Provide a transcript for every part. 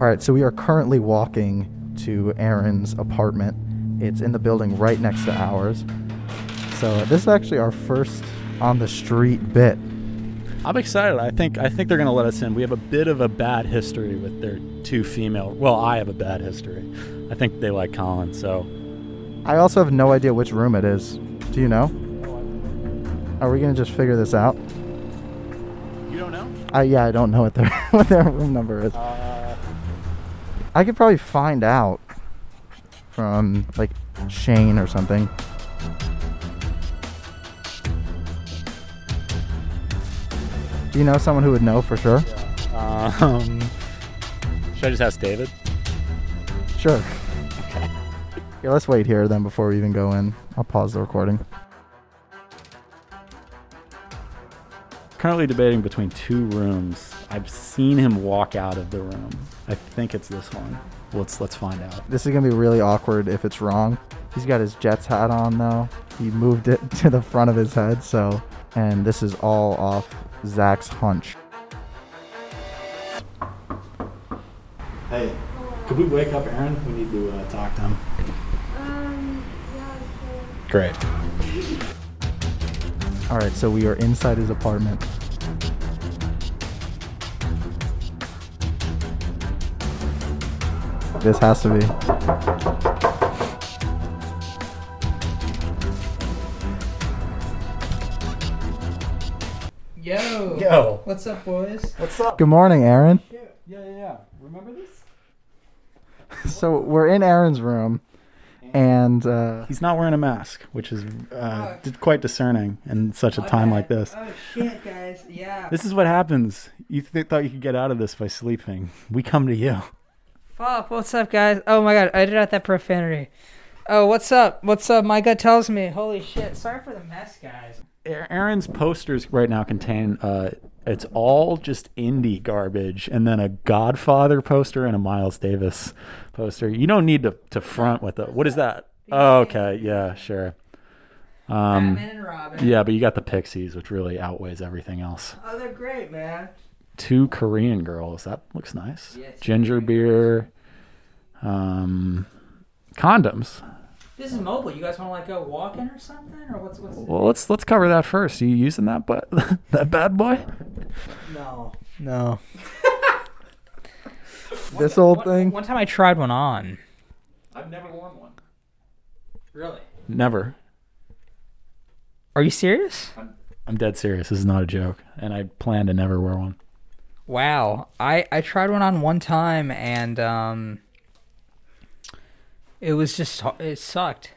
All right, so we are currently walking to Aaron's apartment. It's in the building right next to ours. So this is actually our first on the street bit. I'm excited. I think I think they're going to let us in. We have a bit of a bad history with their two female. Well, I have a bad history. I think they like Colin, so I also have no idea which room it is. Do you know? Are we gonna just figure this out? you don't know. I yeah, I don't know what their what their room number is. Uh, I could probably find out from like Shane or something. Do you know someone who would know for sure? um, should I just ask David? Sure. Yeah, let's wait here then before we even go in. I'll pause the recording. Currently debating between two rooms. I've seen him walk out of the room. I think it's this one. Let's let's find out. This is gonna be really awkward if it's wrong. He's got his Jets hat on though. He moved it to the front of his head, so and this is all off Zach's hunch. Hey, could we wake up Aaron? We need to uh, talk to him. Um, yeah, sure. Great. All right, so we are inside his apartment. This has to be. Yo. Yo. What's up, boys? What's up? Good morning, Aaron. Yeah, yeah, yeah. Remember this? So we're in Aaron's room, and uh, He's not wearing a mask, which is uh, d- quite discerning in such a time like this. Oh shit, guys. Yeah. This is what happens. You th- thought you could get out of this by sleeping. We come to you. Fuck. What's up, guys? Oh my god, I did out that profanity. Oh, what's up? What's up? My gut tells me. Holy shit. Sorry for the mess, guys. A- Aaron's posters right now contain uh, it's all just indie garbage, and then a Godfather poster and a Miles Davis poster. You don't need to, to front with it. What is that? Oh, okay, yeah, sure. Um, Batman and Robin. yeah, but you got the Pixies, which really outweighs everything else. Oh, they're great, man. two Korean girls. That looks nice. Yes. Ginger beer, um, condoms. This is mobile. You guys want to like go walking or something, or what's what's? Well, let's let's cover that first. you using that but that bad boy? No. no, this old thing. One time I tried one on. I've never worn one. Really? Never. Are you serious? I'm dead serious. This is not a joke, and I plan to never wear one. Wow. I I tried one on one time and um it was just it sucked.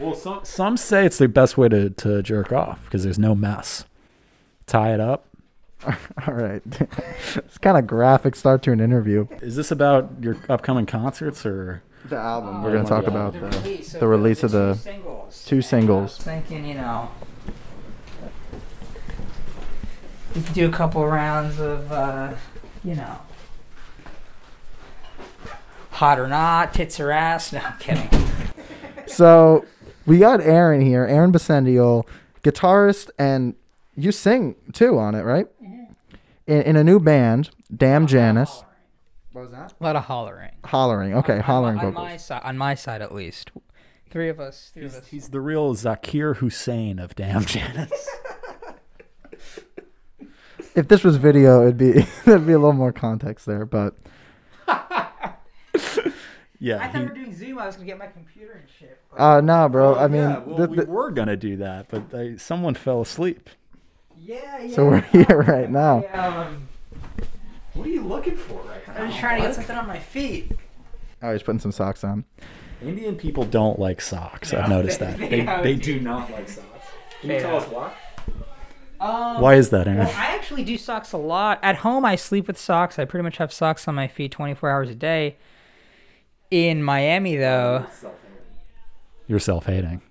Well, some some say it's the best way to to jerk off because there's no mess. Tie it up. All right, it's kind of graphic start to an interview. Is this about your upcoming concerts or? The album. Oh, We're gonna my talk God. about the the. release, of the release of the two two singles. And I singles. was thinking, you know, we could do a couple rounds of, uh, you know, hot or not, tits or ass. No, I'm kidding. So we got Aaron here, Aaron Besendiel, guitarist, and you sing too on it, right? In, in a new band, Damn Janice. What was that? A lot of hollering. Hollering. Okay, hollering on, my vocals. side, on my side at least. Three of us. Three of us. He's the real Zakir Hussein of Damn Janice. If this was video, it'd be there'd be a little more context there, but yeah. I thought he- we were doing Zoom. I was gonna get my computer and shit. but- uh nah, bro. I mean, yeah, well, th- we th- were gonna do that, but uh, someone fell asleep. yeah, yeah. so we're here right now. yeah, um, What are you looking for right I'm just trying to get something on my feet. Oh, he's putting some socks on. Indian people don't like socks. I've noticed that. they They, don't. they do not like socks. Can They don't. why? Um, Why is that, Aaron? Well, I actually do socks a lot. At home, I sleep with socks. I pretty much have socks on my feet 24 hours a day. In Miami, though, You're self-hating.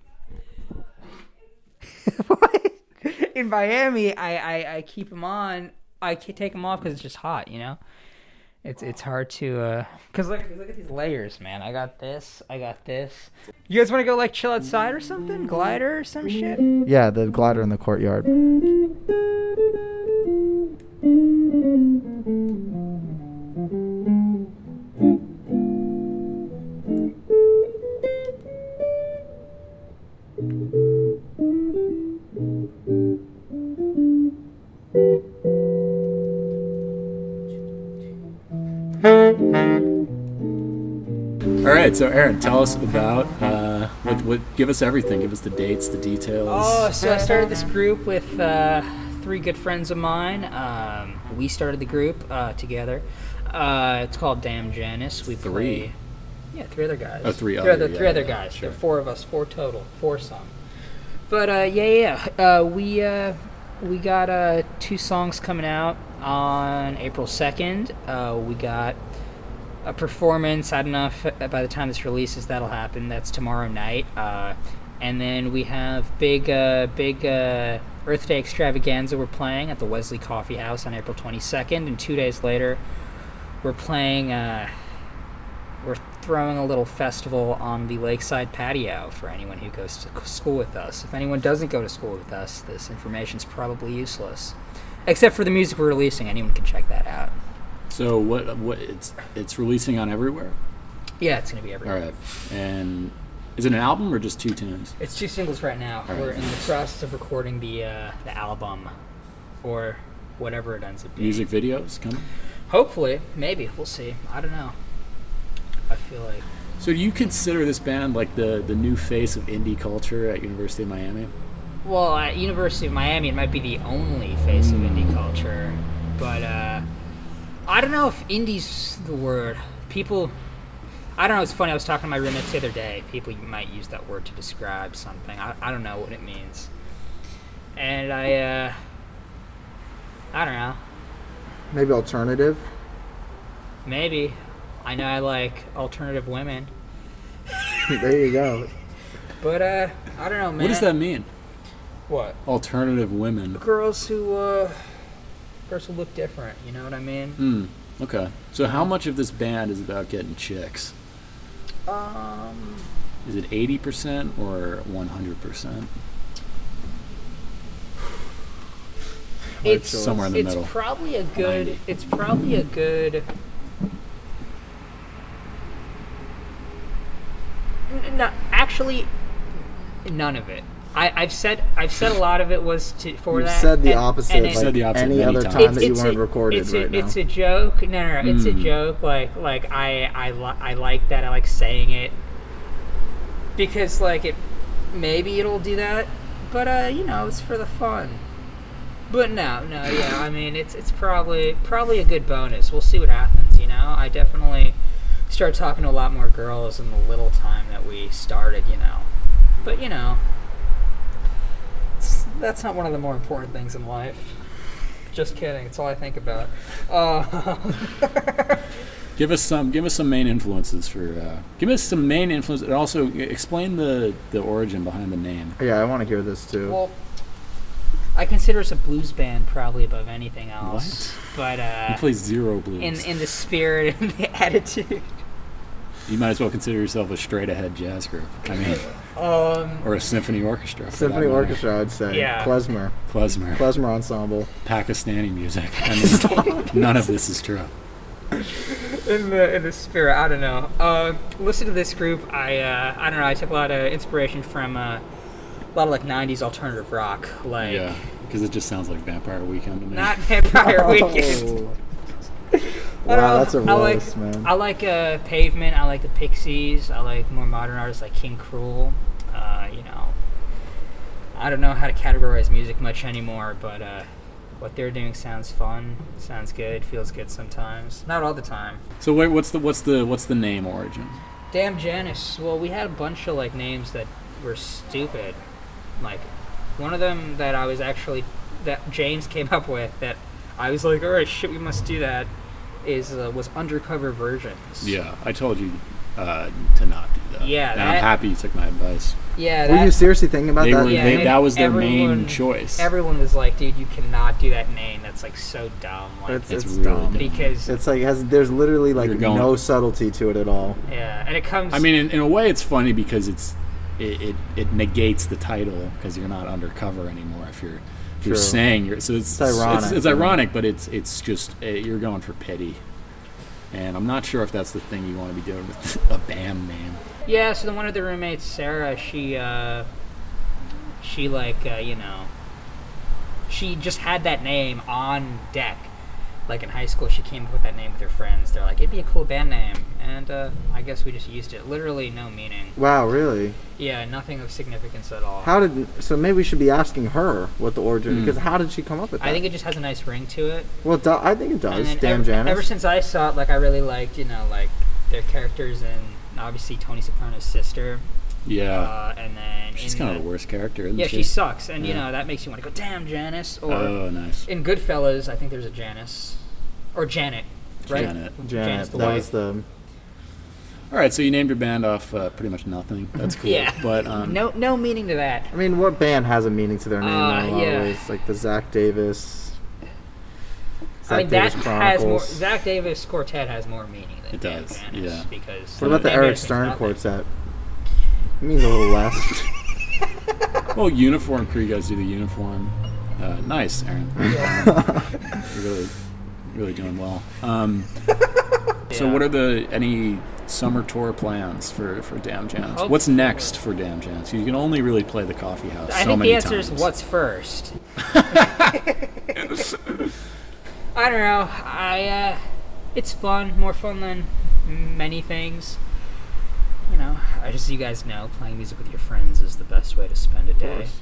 in Miami, I, I, I keep them on. I ca- take them off because it's just hot, you know. It's it's hard to uh, cause look look at these layers, man. I got this, I got this. You guys want to go like chill outside or something, glider or some shit? Yeah, the glider in the courtyard. All right, so Aaron, tell us about uh, what, what. Give us everything. Give us the dates, the details. Oh, so I started this group with uh, three good friends of mine. Um, we started the group uh, together. Uh, it's called Damn Janice. We Three. play. Yeah, three other guys. Oh, three three other, three yeah, other yeah, guys. sure. There are four of us, four total, four some. But uh, yeah, yeah, yeah. Uh, we uh, we got uh, two songs coming out on April second. Uh, we got a performance. I don't know if uh, by the time this releases that'll happen. That's tomorrow night. Uh, and then we have big, uh, big uh, Earth Day extravaganza. We're playing at the Wesley Coffee House on April 22nd, and two days later, we're playing. Uh, we're throwing a little festival on the lakeside patio for anyone who goes to c- school with us. If anyone doesn't go to school with us, this information's probably useless. Except for the music we're releasing, anyone can check that out. So what? What? It's it's releasing on everywhere. Yeah, it's gonna be everywhere. All right, and is it an album or just two tunes? It's two singles right now. All right. We're in the process of recording the uh, the album, or whatever it ends up being. Music videos coming. Hopefully, maybe we'll see. I don't know. I feel like So do you consider this band like the the new face of indie culture at University of Miami? well at University of Miami, it might be the only face of indie culture, but uh, I don't know if indie's the word. People, I don't know. It's funny. I was talking to my roommates the other day. People might use that word to describe something. I, I don't know what it means, and I uh, I don't know. Maybe alternative. Maybe. I know I like alternative women. there you go. But uh I don't know, man. What does that mean? What? Alternative women. Girls who uh girls who look different, you know what I mean? Hmm. Okay. So how much of this band is about getting chicks? Um Is it eighty percent or one hundred percent? it's somewhere in the it's middle. probably a good 90. it's probably a good N- no actually none of it. I, I've said I've said a lot of it was to for You've that. said the and- opposite. and like it- said the opposite any many other times. time that you It's- weren't it's a- recorded it's a, right now. Hmm. It's a joke. No, no, no. It's a Mm. joke. Like, like I, I, li- I like that. I like saying it because, like, it maybe it'll do that, but uh, you know, it's for the fun. But no, no, yeah. I mean, it's it's probably probably a good bonus. We'll see what happens. You know, I definitely started talking to a lot more girls in the little time that we started. You know, but you know. it's- That's not one of the more important things in life. Just kidding. It's all I think about. Uh, Give us some. Give us some main influences for. Uh, give us some main influences, and also e- explain the the origin behind the name. yeah, I want to hear this too. well, I consider us a blues band probably above anything else. But You uh, play zero blues. in in the spirit and the attitude, you might as well consider yourself a straight ahead jazz group. I mean, um, or a symphony orchestra. for that Symphony matter. Orchestra, I'd say. Yeah. Klezmer. klezmer, Klezmer Ensemble. Pakistani music. I mean, none of this is true. in the in the spirit. I don't know. Uh, listen to this group. I uh, I don't know. I took a lot of inspiration from uh, a lot of like '90s alternative rock, like Yeah, because it just sounds like Vampire Weekend to me. not Vampire Weekend. Oh. I don't Wow, know. that's a Oh, I like- roast, man. I like uh, Pavement. I like the Pixies. I like more modern artists like King Cruel. Uh, you know, I don't know how to categorize music much anymore, but uh, what they're doing sounds fun, sounds good, feels good sometimes. Not all the time. So wait, what's the what's the what's the name origin? Damn Janice. Well, we had a bunch of like names that were stupid. Like one of them that I was actually that James came up with that I was like, all right, shit, we must do that. Is uh, was undercover versions. Yeah, I told you uh, to not do that. Yeah, and I'm that- happy you took my advice. Yeah. Were that- you seriously thinking about They that? were Yeah, they, and that was their main everyone- choice. Everyone was like, dude, you cannot do that name. That's like so dumb. Like, It's, It's it's, really dumb. dumb. because It's like has there's literally like You're going- no subtlety to it at all. yeah, and it comes. I mean, in, in a way, it's funny because it's it, it, it negates the title because you're not undercover anymore if you're if you're True. saying you're so it's It's ironic. It's, it's ironic, but it's it's just uh, you're going for pity, and I'm not sure if that's the thing you want to be doing with a band name. yeah. So then one of the roommates, Sarah, she uh, she like uh, you know, she just had that name on deck, like in high school, she came up with that name with her friends. They're like, it'd be a cool band name, and uh, I guess we just used it. Literally no meaning. Wow, really? Yeah, nothing of significance at all. How did so? Maybe we should be asking her what the origin Hmm. because how did she come up with that? I think it just has a nice ring to it. well, do, I think it And does. then Damn, ever, Janice. ever since I saw it, like I really liked, you know, like their characters and obviously Tony Soprano's sister, Yeah. uh, and then She's in kind of the worst character, isn't Yeah, she she? sucks, and you Yeah. know that makes you want to go, damn Janice, or Oh, nice. in Goodfellas, I think there's a Janice, or Janet, right? Janet. Janet, the that wife. was the All right, so you named your band off uh, pretty much nothing. That's cool. Yeah. But um, No, no meaning to that. I mean, what band has a meaning to their name? Uh, though, a lot of yeah. ways? Like the Zach Davis. Zach I mean, that Davis has more. Chronicles. Zach Davis quartet has more meaning than It Dan does, Janice yeah. because what about the Dan Eric Janice means Stern nothing. quartet? It means a little less. well, uniform crew. You guys do the uniform. Uh, nice, Aaron. You're really, really doing well. Um, So, Yeah. what are the any summer tour plans for for Damn Janice? Oh. What's next for Damn Janice? You can only really play the coffee house. I so think many the answer times. is what's first. I don't know. I uh, it's fun, more fun than many things. You know, I just you guys know playing music with your friends is the best way to spend a day. course.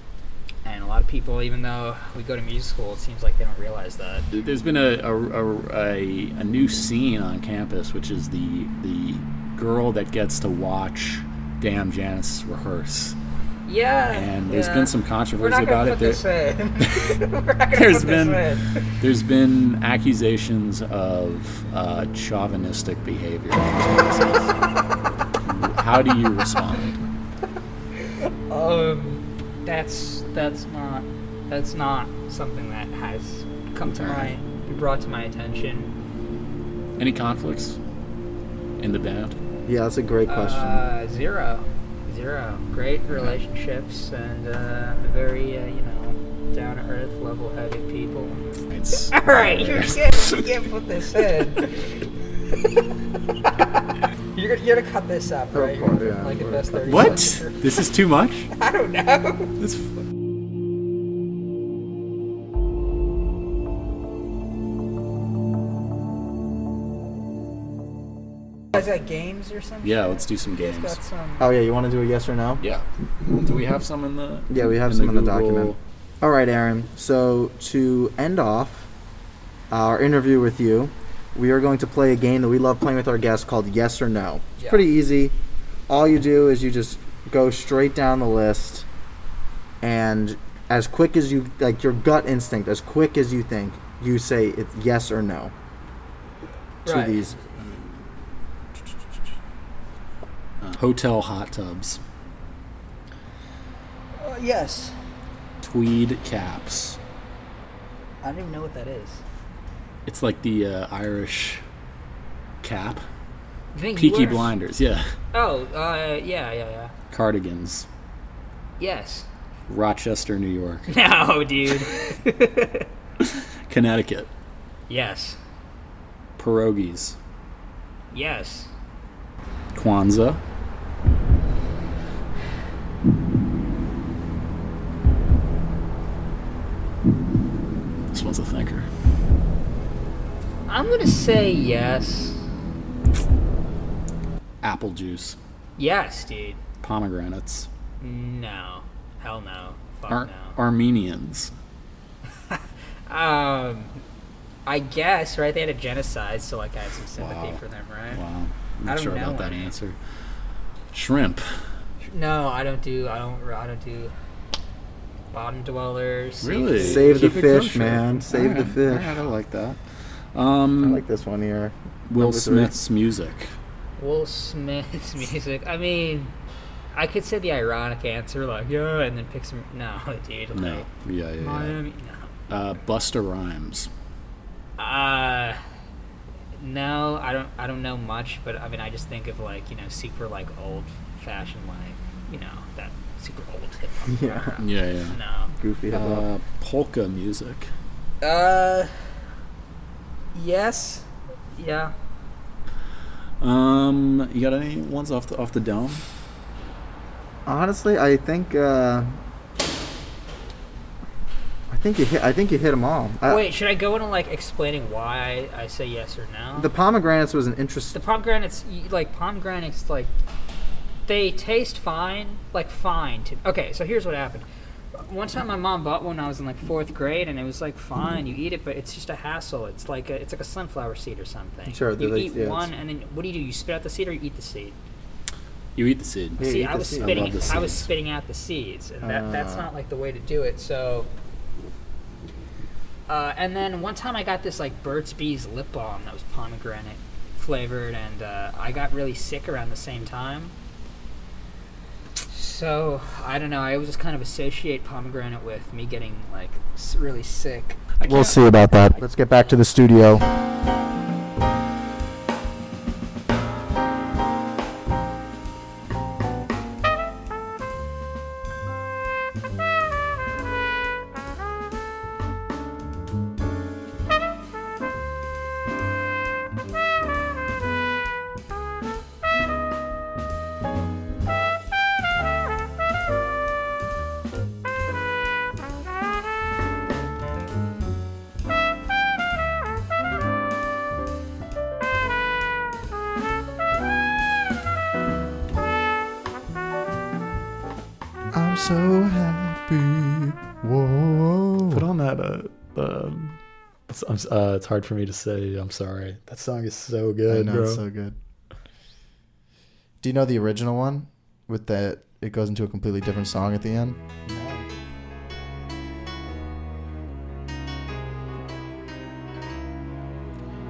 And a lot of people, even though we go to music school, it seems like they don't realize that. there's been a a, a, a a new scene on campus, which is the the girl that gets to watch Damn Janice rehearse. Yeah. And there's been some We're controversy not gonna about put it. There- this in. We're not gonna There's put this been- in. There's been accusations of uh, chauvinistic behavior. How do you respond? Um, that's that's not that's not something that has come to my Alright. brought to my attention. Any conflicts in the band? yeah, that's a great question. Uh, zero, zero. Great relationships and uh, very uh, you know down to earth, level headed people. It's All right, you can't, you can't put this in. you're, gonna, you're gonna cut this up, right? You're gonna put, yeah, like the we're best gonna thirty. Oh, what? seconds. This is too much. I don't know. This f- Is that games or something? yeah, let's do some games. Got some. oh yeah, you want to do a yes or no? Yeah. Do we have some in the? Yeah, we have some in the document. All right, Aaron. So to end off our interview with you, we are going to play a game that we love playing with our guests called Yes or No. It's Yeah. pretty easy. All you do is you just go straight down the list, and as quick as you like your gut instinct, as quick as you think, you say it's yes or no to Right. these. Uh, hotel hot tubs, Uh, yes. tweed caps. I don't even know what that is. It's like the uh, Irish cap. I think you Peaky were- Blinders. Yeah. Oh, uh, yeah, yeah, yeah. Cardigans. Yes. Rochester, New York. No, dude. Connecticut. yes. Pierogies. Yes. Kwanzaa. This one's a thinker. I'm gonna say yes. Apple juice. Yes, dude. Pomegranates. No. Hell no. Fuck Ar- Armenians. no. Um, I guess right. They had a genocide, so like I have some sympathy Wow. for them, right? Wow. I'm I not don't sure know about that any. answer. Shrimp. No, I don't do. I don't. I don't do. Bottom dwellers. Really? Save the Keep it fish, kosher. man. Save the Alright, fish. alright, I like that. I Um, like this one here. Will number three. Smith's music. Will Smith's music. I mean, I could say the ironic answer, like yeah, and then pick some. No, dude. Like, No. Yeah, yeah, Miami. yeah. Uh, Busta Rhymes. No. Uh, no, I don't. I don't know much, but I mean, I just think of like you know, super like old-fashioned like you know that super old hip hop. Yeah, Yeah, yeah. No. goofy. hello. Uh, polka music. Uh. Yes. Yeah. Um, you got any ones off the off the dome? Honestly, I think uh, I I think you hit. I think you hit them all. Uh, I- Wait, should I go into like explaining why I say yes or no? the pomegranates was an interest. The pomegranates, y- like pomegranates, like they taste fine, like fine. To okay, so here's what happened. One time, my mom bought one. I was in like fourth grade, and it was like fine. You eat it, but it's just a hassle. It's like a, it's like a sunflower seed or something. Sure, you they're like- eat yeah, it's- one, and then what do you do? You spit out the seed, or you eat the seed? You eat the seed. Yeah, See, eat I the was seed. I spitting. love the I was seeds. spitting out the seeds, and that, that's Ah. not like the way to do it. So, uh, and then one time I got this like Burt's Bees lip balm that was pomegranate flavored, and uh, I got really sick around the same time. So I don't know. I always just kind of associate pomegranate with me getting like s- really sick. We'll see about that. Let's get back to the studio. I'm so happy. Put Whoa. on that. Uh, um, it's, I'm s- uh, it's hard for me to say. I'm sorry. That song is so I good, know bro. it's so good. Do you know the original one with that? It goes into a completely different song at the end.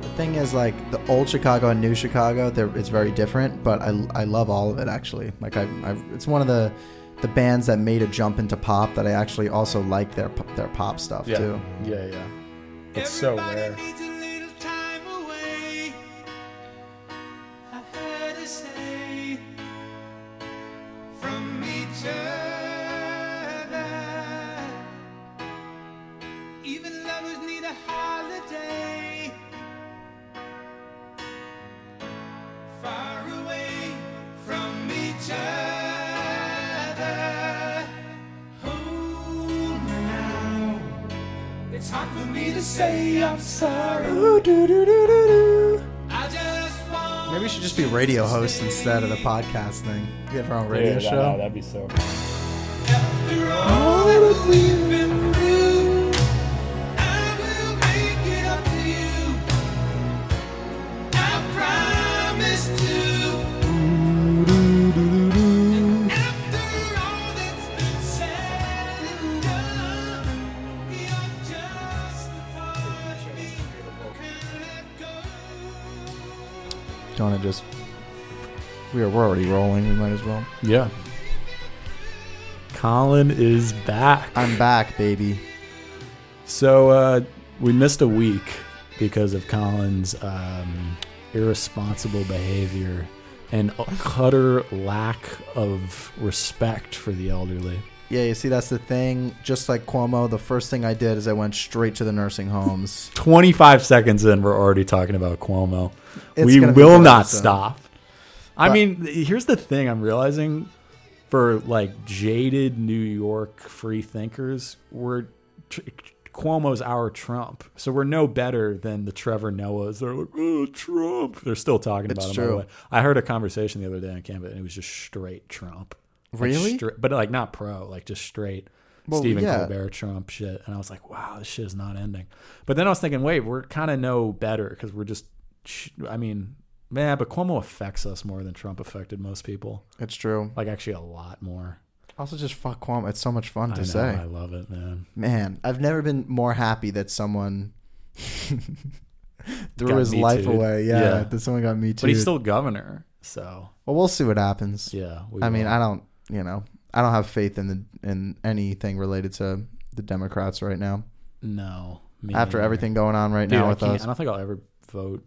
The thing is, like the old Chicago and new Chicago, they're, it's very different. But I, I love all of it actually. Like I, I it's one of the the bands that made a jump into pop that I actually also like their p- their pop stuff yeah. too. yeah, yeah. It's so rare. needs a little time away. I heard her say from each other. Even lovers need a holiday. Far away from each other. Hold me now. It's hard for me to say I'm sorry. I just want. Maybe we should just be radio hosts instead of the podcast thing. Get our own radio show. that'd be so. After all that we've been through, I will make it up to you. I promise to. After all that's been said and done, you're just the part we can let go. Do you want to just? We are, we're already rolling. We might as well. Yeah. Colin is back. I'm back, baby. So uh, we missed a week because of Colin's um, irresponsible behavior and a utter lack of respect for the elderly. Yeah, you see, that's the thing. Just like Cuomo, the first thing I did is I went straight to the nursing homes. 25 seconds in, we're already talking about Cuomo. It's we gonna be will good, not so. stop. I But- mean, here's the thing I'm realizing for like jaded New York free thinkers, we're tr- Cuomo's our Trump. So we're no better than the Trevor Noahs. They're like, oh, Trump. They're still talking about It's him. by the true. way. I heard a conversation the other day on campus and it was just straight Trump. Like, Really? stra- but like not pro, like just straight. Well, Stephen yeah. Colbert Trump shit. And I was like, wow, this shit is not ending. But then I was thinking, wait, we're kind of no better because we're just, sh- I mean, man, but Cuomo affects us more than Trump affected most people. It's true. Like, actually, a lot more. Also, just fuck Cuomo. It's so much fun I to know. say. I love it, man. Man, I've never been more happy that someone threw Got his Me life Too'd. away. Yeah, Yeah. that someone got me too. But he's still governor. So, well, we'll see what happens. yeah. We I mean, will. I don't, you know, I don't have faith in the in anything related to the Democrats right now. no. me After neither. everything going on right Dude, now I, with can't- us, I don't think I'll ever vote.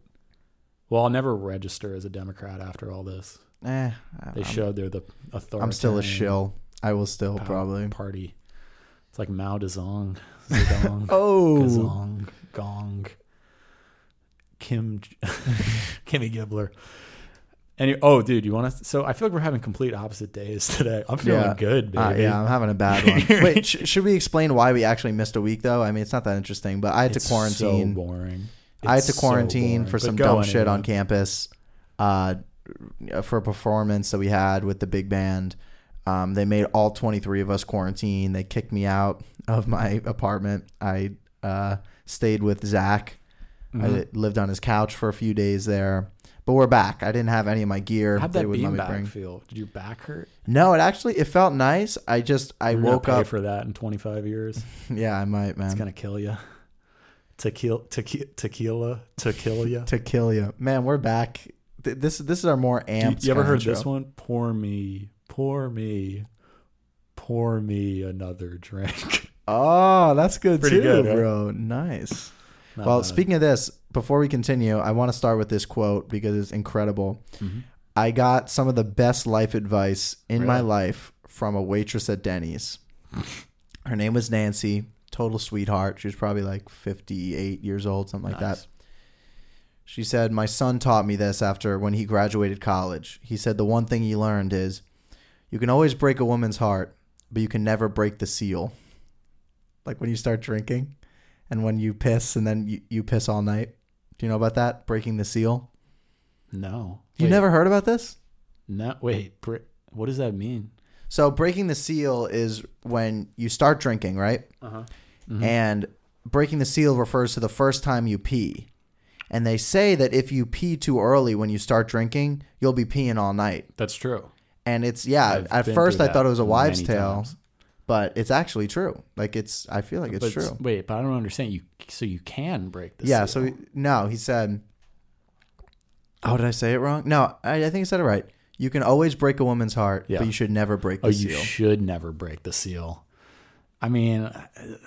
Well, I'll never register as a Democrat after all this. eh, They I'm, showed they're the authority. I'm still a shill. I will still probably. party. It's like Mao Zedong. Zedong. Oh, Kazong, Gong, Kim, Kimmy Gibbler. Any, oh, dude, you want to? So I feel like we're having complete opposite days today. I'm feeling good, Uh, baby. yeah, I'm having a bad one. Wait, sh- should we explain why we actually missed a week though? I mean, it's not that interesting, but I had It's to so quarantine. boring. I had It's to so quarantine boring, for but some go dumb shit anyway. on campus, uh, for a performance that we had with the big band. Um, they made all 23 of us quarantine. They kicked me out of my apartment. I uh, stayed with Zach. I Mm-hmm. lived on his couch for a few days there, but we're back. I didn't have any of my gear. How'd they that wouldn't let me beanbag bring. feel? Did your back hurt? No, it actually it felt nice. I just I You're gonna woke pay up. for that in 25 years. yeah, I might man. It's gonna kill you. Tequila, tequila, tequila, tequila. to kill you, man. We're back. Th- This this is our more you, amped. you ever kinda heard intro. this one? Pour me, pour me, pour me another drink. Oh, that's good Pretty too, good, right? bro. Nice. Not well, bad. speaking of this, before we continue, I want to start with this quote because it's incredible. Mhm. I got some of the best life advice in my Really? life from a waitress at Denny's. Her name was Nancy, total sweetheart. She was probably like 58 years old, something like Nice. that. She said, My son taught me this after when he graduated college. He said, The one thing he learned is you can always break a woman's heart, but you can never break the seal. Like when you start drinking and when you piss and then you, you piss all night. Do you know about that? Breaking the seal. no, You Wait, never heard about this? No, wait. br- What does that mean? So breaking the seal is when you start drinking, right? Mm-hmm. And breaking the seal refers to the first time you pee. And they say that if you pee too early when you start drinking, you'll be peeing all night. That's true. And it's yeah, I've at been first through I thought that it was a wives' many tale, times. but it's actually true. Like it's I feel like it's but, true. Wait, but I don't understand. You so you can break the Yeah, seal. so he, no, he said Oh, did I say it wrong? No, I, I think I said it right. You can always break a woman's heart, Yeah. but you should never break the oh, you seal. should never break the seal. I mean,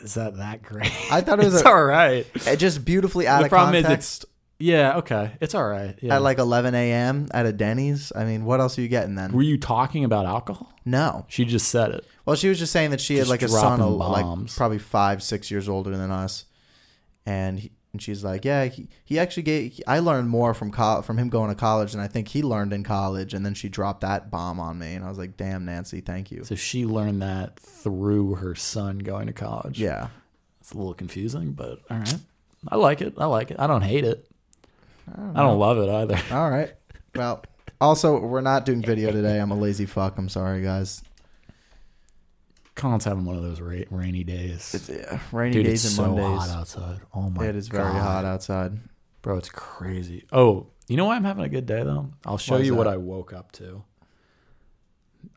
is that that great? I thought it was it's a- all right. it Uh, just beautifully out the of problem context. is it's yeah okay it's all right yeah. at like 11 a.m. at a Denny's. I mean, what else are you getting then? were you talking about alcohol no. she just said it Well, she was just saying that she had Just like a son, dropping a- like bombs. probably five, six years older than us, and he, and she's like, yeah, he, he actually gave. I learned more from col- from him going to college than I think he learned in college. And then she dropped that bomb on me, and I was like, damn, Nancy, thank you. so she learned that through her son going to college Yeah, it's a little confusing but all right i like it i like it i don't hate it i don't, love it either all right. Well, also we're not doing video today. I'm a lazy fuck. I'm sorry, guys. colin's having one of those ra- rainy days Yeah, rainy dude days it's and so hot Mondays. outside oh my It is very God. hot outside. bro it's crazy oh you know why i'm having a good day though i'll show Why is you what that? i woke up to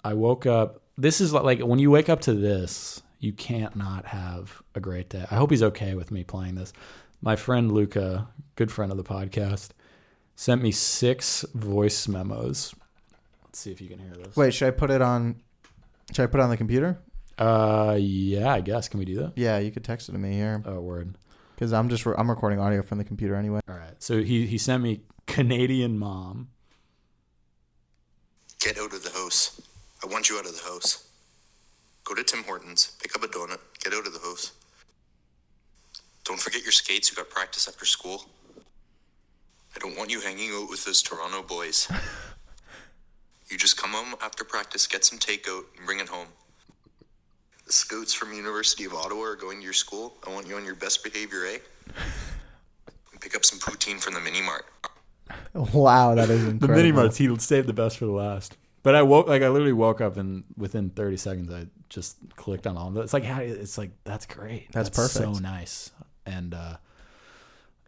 i woke up this is like, like when you wake up to this you can't not have a great day i hope he's okay with me playing this my friend luca good friend of the podcast sent me six voice memos let's see if you can hear this Wait, should I put it on? Should I put it on the computer? uh yeah i guess can we do that Yeah, you could text it to me here oh word because I'm just I'm recording audio from the computer anyway. all right so he he sent me canadian mom Get out of the house. I want you out of the house. Go to Tim Hortons, pick up a donut, get out of the house. Don't forget your skates, you got practice after school. I don't want you hanging out with those Toronto boys. you just come home after practice, get some takeout, and bring it home. The scouts from University of Ottawa are going to your school. I want you on your best behavior, eh? And pick up some poutine from the mini mart. Wow, that is incredible. The mini marts, he saved the best for the last. But I woke like I literally woke up and within 30 seconds I just clicked on all of it. It's like how it's like that's great. That's So perfect. nice. And uh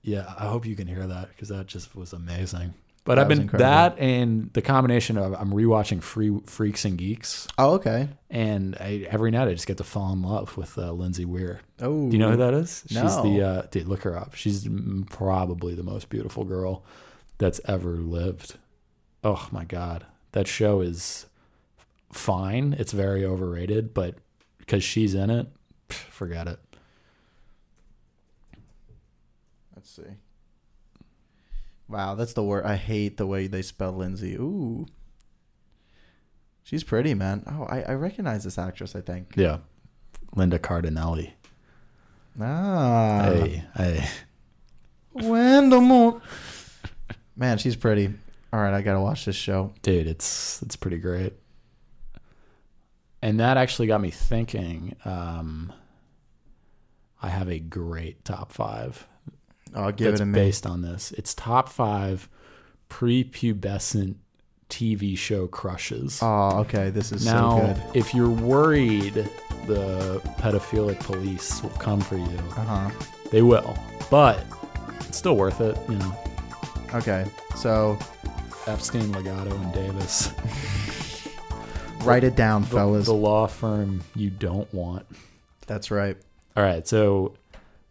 yeah, I hope you can hear that because that just was amazing. But I've was been incredible. that and the combination of I'm rewatching Free Freaks and Geeks, Oh, okay. and I, every night I just get to fall in love with uh, Lindsay Weir. Oh, Do you know who that is? She's No. the uh, dude. Look her up. She's mm, probably the most beautiful girl that's ever lived. Oh my god, that show is fine. It's very overrated, but because she's in it, pff, forget it. Let's see. Wow, that's the word. I hate the way they spell Lindsay. Ooh, she's pretty, man. Oh, I, I recognize this actress. I think. Yeah, Linda Cardinelli. Ah, Uh-huh. Hey, hey. Wendell Moore. Man, she's pretty. all right, I gotta watch this show. dude it's it's pretty great and that actually got me thinking um i have a great top five I'll Oh, give that's it a minute. based on this it's top five prepubescent tv show crushes Oh, okay, this is so now good. if you're worried the pedophilic police will come for you Uh they will but it's still worth it you know huh. Okay, so epstein legato and davis write it down, the- fellas. the law firm you don't want That's right. All right, so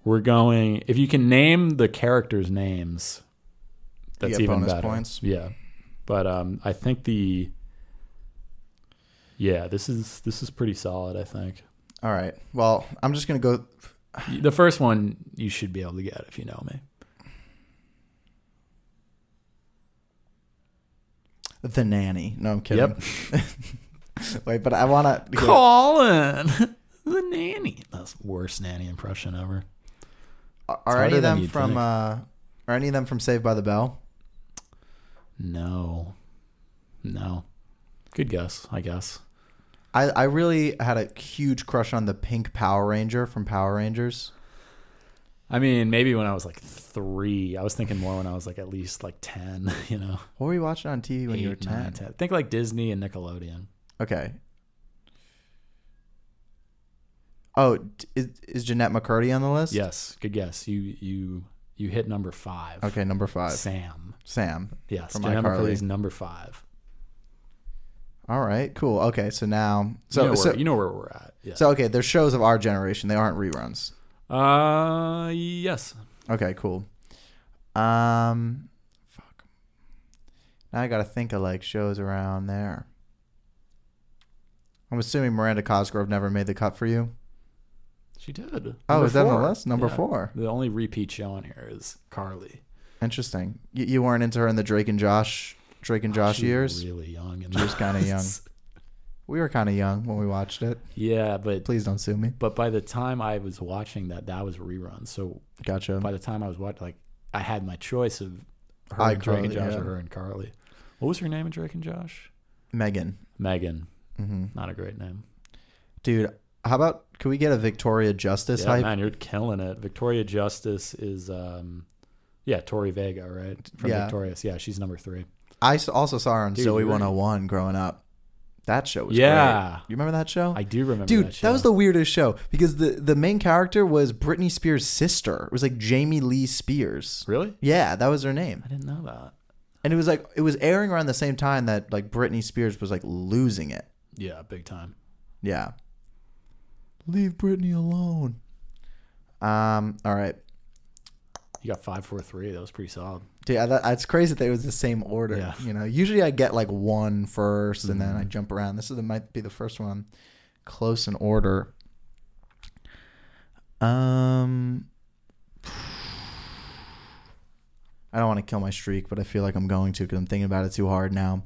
we're going. If you can name the characters' names, that's get even bonus better. points. Yeah, but um, I think the yeah, this is this is pretty solid. I think All right. Well, I'm just gonna go. the first one you should be able to get if you know me. The nanny. No, I'm kidding. Yep, Wait, but I wanna. Colin, the nanny. That's the worst nanny impression ever. Are, are harder any of than them you'd from? think. Uh, are any of them from Saved by the Bell? No, no. Good guess, I guess. I, I really had a huge crush on the pink Power Ranger from Power Rangers. I mean, maybe when I was like three. I was thinking more when I was like at least like ten. You know, What were you watching on TV when you were Eight, nine, ten? 10. Think like Disney and Nickelodeon. Okay. Oh, d- is, is Jeanette McCurdy on the list? Yes, good guess. You you you hit number five. Okay, number five. Sam. Sam. Yes, From Jenna iCarly. McCurley's number five. All right, cool. Okay, so now, So so you know where, so, you know where we're at. Yeah. so okay, they're shows of our generation. They aren't reruns. uh, yes. Okay, cool. Um, fuck. Now I gotta think of like shows around there. I'm assuming Miranda Cosgrove never made the cut for you. She did. Oh, Number is that on the four. list? Number four. The only repeat show on here is Carly. Interesting. You, you weren't into her in the Drake and Josh, Drake and Josh She's years. Oh, really young. And She was kind of young. We were kind of young when we watched it. yeah, but Please don't sue me. but by the time I was watching that, that was reruns. So Gotcha. by the time I was watching, like I had my choice of her I, and Drake and Carly, Josh yeah. or her and Carly. What was her name in Drake and Josh? Megan, Megan. Mm-hmm. Not a great name. dude, how about can we get a Victoria Justice Yeah, hype? man, you're killing it. Victoria Justice is, um, yeah, Tori Vega, right? From Yeah. Victorious. Yeah, she's number three. I s- also saw her on Dude, Zoe you're- 101 growing up. That show was Yeah. great. You remember that show? I do remember Dude, that. that, show. was the weirdest show because the, the main character was Britney Spears' sister. It was like Jamie Lee Spears. Really? Yeah, that was her name. I didn't know that. And it was like it was airing around the same time that like Britney Spears was like losing it. Yeah, big time. Yeah. Leave Britney alone. Um, all right. You got five, four, three. That was pretty solid. Dude, I, thought- it's crazy that it was the same order. Yeah. Mm-hmm. You know, usually I get like one first, and then I jump around. This is the, might be the first one close in order. Um, I don't want to kill my streak, but I feel like I'm going to because I'm thinking about it too hard now.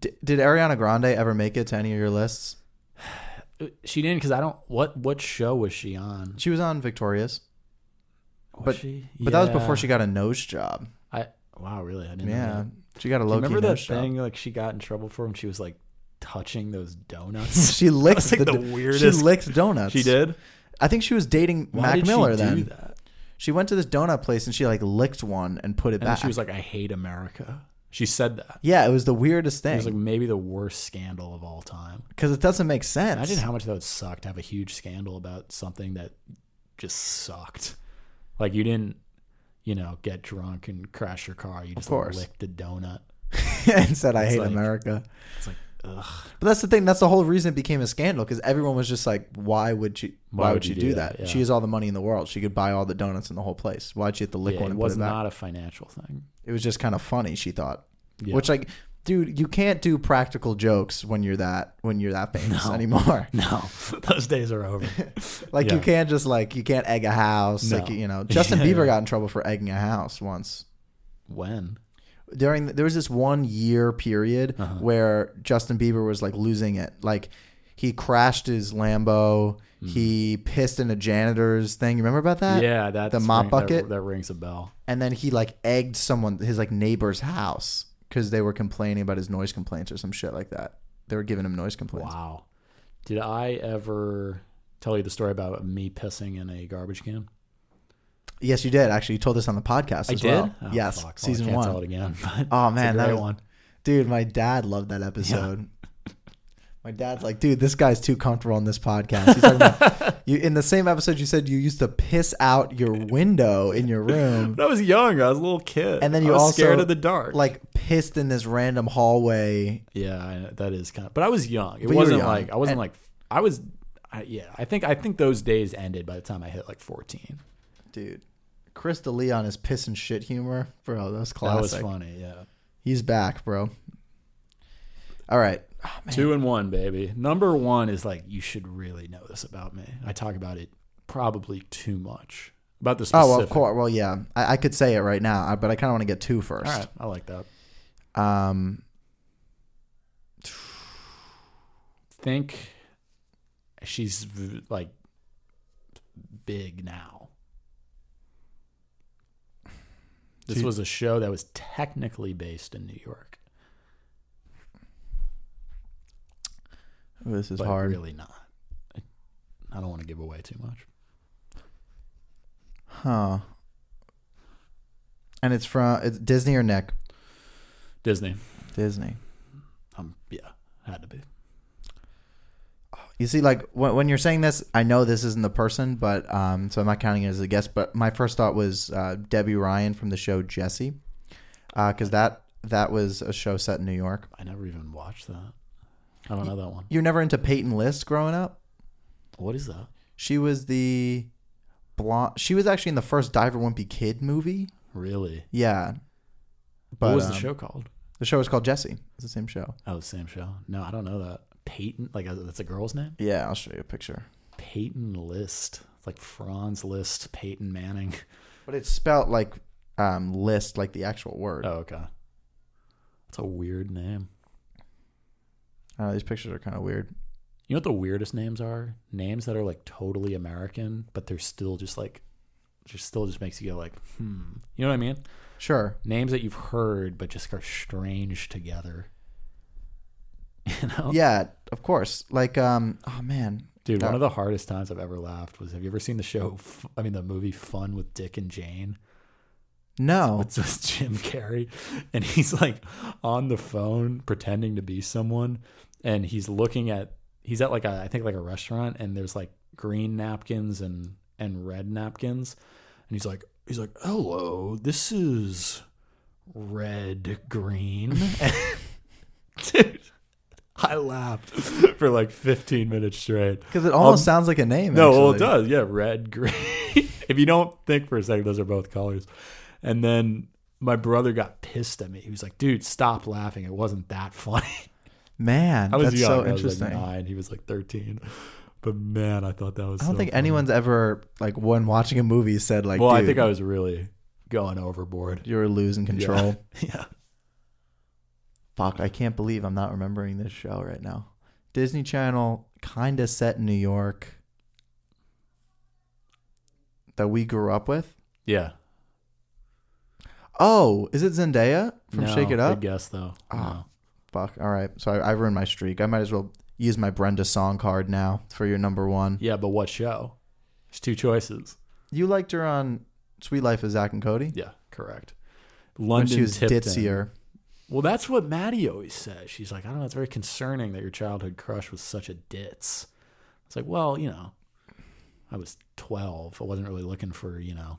D- did Ariana Grande ever make it to any of your lists? Uh, She didn't because I don't. What what show was she on? She was on Victorious, Was But- she? but that was before she got a nose job. I wow, really? I didn't. know Yeah, that. she got a Do low you key remember that nose job. thing like she got in trouble for when she was like touching those donuts? She licked like, the d- She weirdest- licked donuts. she did. I think she was dating Why Mac did Miller she then. do that? She went to this donut place and she like licked one and put it And then back. she was like, "I hate America." She said that. yeah, it was the weirdest It thing was like maybe the worst scandal of all time. because it doesn't make sense. Imagine how much that would suck to have a huge scandal about something that just sucked. Like you didn't, you know, get drunk and crash your car. You just course. licked a donut. and said, "I It's hate like- America." It's like, ugh. But that's the thing. That's the whole reason it became a scandal because everyone was just like, "Why would she? Why, would she do, that? Yeah. She has all the money in the world. She could buy all the donuts in the whole place. Why'd she have to lick Yeah, one it and was put it back?" not a financial thing. it was just kind of funny. She thought, Yeah. which like. Dude, you can't do practical jokes when you're that when you're that famous anymore. No, those days are over. Like Yeah. you can't just like you can't egg a house. No. Like you know, Justin Yeah, Bieber yeah. got in trouble for egging a house once. when? Uh-huh. During there was this one year period where Justin Bieber was like losing it. Like He crashed his Lambo. Mm-hmm. He pissed in a janitor's thing. You remember about that? Yeah, that's the mop ring- that- bucket. That, rings a bell. And then he like egged someone his like neighbor's house because they were complaining about his noise complaints or some shit like that. They were giving him noise complaints. Wow. Did I ever tell you the story about me pissing in a garbage can? Yes, you did. Actually, you told this on the podcast. as Well. Oh, yes, fuck. Well, season I can't one. Tell it again. but Oh it's a man, that great was, one. Dude, my dad loved that episode. my dad's like, dude, this guy's too comfortable on this podcast. He's talking about, you in the same episode you said you used to piss out your window in your room. But I was young. I was a little kid. And then I you was also scared of the dark. Like pissed in this random hallway. yeah, I, that is kind of. But I was young. It were wasn't young. like I wasn't like I was. I, yeah, I think I think those days ended by the time I hit like fourteen. Dude. Chris DeLeon on his piss and shit humor. Bro, that was That classic. was funny. Yeah, He's back, bro. All right. two and one, baby. Number one is like you should really know this about me. I talk about it probably too much about the specific. Oh, well, of course. Well, yeah. I, I could say it right now, I- but I kind of want to get two first. All right, I like that. Um, think she's v- like big now. This was a show that was technically based in New York, this is but hard. really not. I- I don't want to give away too much. Huh. And it's from it's Disney or Nick? Disney, Disney. um, yeah, had to be. You see, like when, when you're saying this, I know this isn't the person, but um, so I'm not counting it as a guess. But my first thought was uh, Debbie Ryan from the show Jesse, because that that was a show set in New York. I never even watched that. I don't know that one. You were never into Peyton List growing up. What is that? She was the blonde. She was actually in the first Diver Wimpy Kid movie. Really? Yeah. But what was the um, show called? The show was called Jesse. It's the same show. Oh, same show. No, I don't know that. Peyton, like uh, that's a girl's name. Yeah, I'll show you a picture. Peyton List. It's like Franz List, Peyton Manning. But it's spelt like um, list, like the actual word. Oh, okay. That's a weird name. I don't know, these pictures are kind of weird. You know what the weirdest names are? Names that are like totally American, but they're still just like, just still just makes you go like, hmm. You know what I mean? Sure. Names that you've heard, but just are strange together. You know? Yeah, of course. Like, um, oh man, Dude, That- one of the hardest times I've ever laughed was have you ever seen the show, F- I mean, the movie Fun with Dick and Jane? no. It's with Jim Carrey, and he's like on the phone pretending to be someone, and he's looking at he's at like a I think like a restaurant, and there's like green napkins and and red napkins, and he's like he's like hello, this is red green, dude. I laughed for like 15 minutes straight. Because it almost Um, sounds like a name. No, well, it actually. does. Yeah, red, green. if you don't think for a second, those are both colors. And then my brother got pissed at me. He was like, "Dude, stop laughing. It wasn't that funny." Man, I was that's young. so I was interesting. like nine. He was like thirteen. But man, I thought that was. I don't so think funny. anyone's ever like when watching a movie said like, Well, "Dude, I think I was really going overboard. you're losing control." yeah. Fuck, I can't believe I'm not remembering this show right now. Disney Channel, kinda set in New York, that we grew up with. Yeah. Oh, is it Zendaya from No, Shake It good Up? guess though. Ah. No. Fuck. All right. So I, I ruined my streak. I might as well use my Brenda song card now for your number one. Yeah, but what show? There's two choices. You liked her on Sweet Life of Zach and Cody Yeah, correct. when London she was Tipton. ditzier. Well, that's what Maddie always says. She's like, I don't know, it's very concerning that your childhood crush was such a ditz. It's like, well, you know, I was 12. I wasn't really looking for, you know,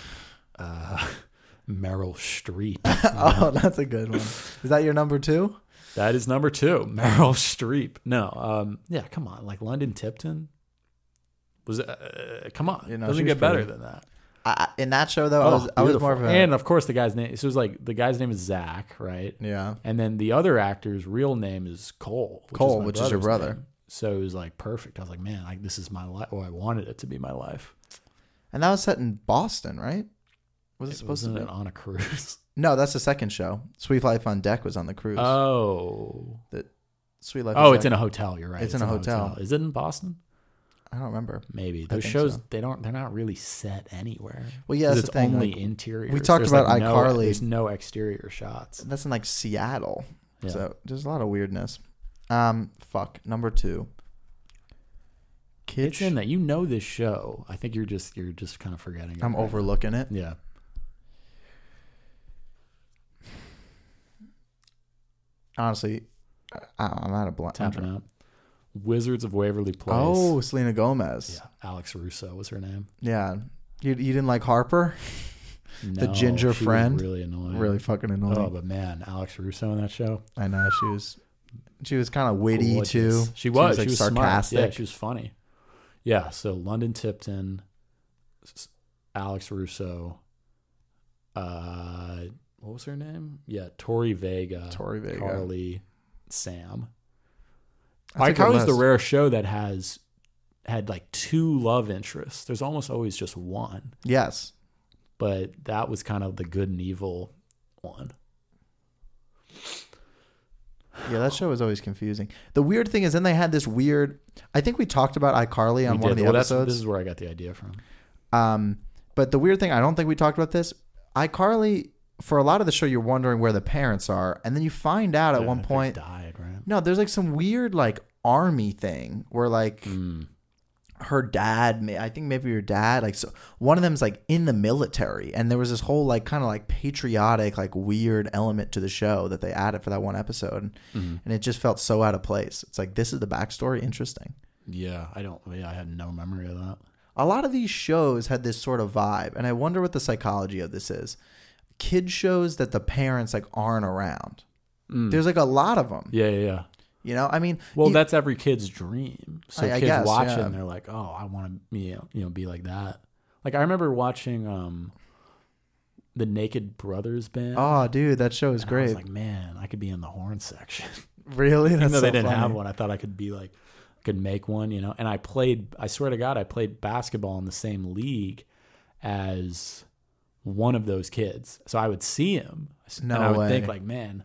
uh, Meryl Streep. Oh, that's a good one. Is that your number two? that is number two, Meryl Streep. No, um, yeah, come on. Like London Tipton was, uh, come on. You know, she doesn't was get better pretty. than that. I, I- in that show though, I was I was Oh, beautiful. more of a And of course, the guy's name, so it was like, the guy's name is Zach, right? yeah. And then the other actor's real name is Cole. Which Cole, my which is your brother's brother. name. So it was like perfect. I was like, man, I, this is my life. Or I wanted it to be my life. And that was set in Boston, right? Was it, It supposed to wasn't be? it on a cruise. No, that's the second show. Sweet Life on Deck was on the cruise. oh, that Sweet Life. Uh, Oh, it's in a hotel. You're right. It's in a hotel. Is it in Boston? I don't remember. Maybe those think shows so. they don't they're not really set anywhere. Well, yeah, 'Cause that's it's the thing, only like, interior. we talked about no, iCarly. There's no exterior shots. That's in like Seattle. Yeah. So there's a lot of weirdness. Um, fuck. Number two. It's Kitsch. in that you know this show. I think you're just you're just kind of forgetting. It I'm right overlooking it. now. Yeah, Honestly, I, I'm out of blunt. tapping out. Wizards of Waverly Place. Oh, Selena Gomez. yeah. Alex Russo was her name. Yeah. You, you didn't like Harper? No, ginger she was friend? really annoying. Really fucking annoying. Oh, but man, Alex Russo in that show. I know she was. She was kind of witty gorgeous. too. She was. She was, like, sarcastic. Yeah, she was funny. Yeah. So London Tipton, s- Alex Russo. Uh, what was her name? Yeah, Tori Vega. Tori Vega. Carly, Sam. That's a good iCarly's the list. rare show that has had like two love interests. There's almost always just one, Yes. but that was kind of the good and evil one. Yeah, that show was always confusing. The weird thing is, then they had this weird. I think we talked about iCarly on We one of did- the well, that's- episodes. This is where I got the idea from. Um, but the weird thing, I don't think we talked about this. iCarly, for a lot of the show, you're wondering where the parents are, and then you find out at one They point. died right. No, there's like some weird like army thing where like her dad, ma- I think maybe her dad, like so one of them's like in the military, and there was this whole like kind of like patriotic, like weird element to the show that they added for that one episode, and it just felt so out of place. It's like this is the backstory, interesting. Yeah, I don't. Yeah, I had no memory of that. A lot of these shows had this sort of vibe, and I wonder what the psychology of this is. Kid shows that the parents like aren't around. There's like a lot of them. Mm. Yeah, yeah. yeah. You know, I mean, Well, you- that's every kid's dream. So I- I kids guess, watch it yeah. and they're like, "Oh, I want to, you know, you know, be like that." Like I remember watching um, the Naked Brothers band. Oh, dude, that show is And I was great. like, man, I could be in the horn section. really? Even That's though so they didn't funny. have one, I thought I could be like, could make one, you know. And I played. I swear to God, I played basketball in the same league as one of those kids. So I would see him, No and I would way. think like, man,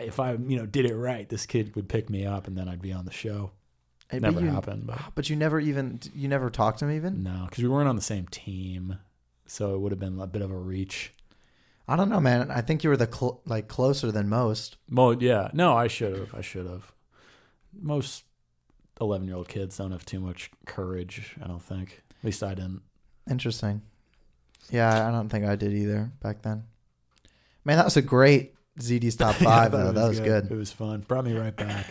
if I you know did it right, this kid would pick me up, and then I'd be on the show. Hey, never but you, happened, Mm. but But you never even you never talked to him even. no, because we weren't on the same team, so it would have been a bit of a reach. I don't know, man. I think you were the cl- like closer than most. Well, yeah, no, I should have. I should have. Most eleven-year-old kids don't have too much courage. I don't think. At least I didn't. Interesting. Yeah, I don't think I did either back then. Man, that was a great ZD's top Yeah, I five thought though. it That was good. It was fun. Brought me right back.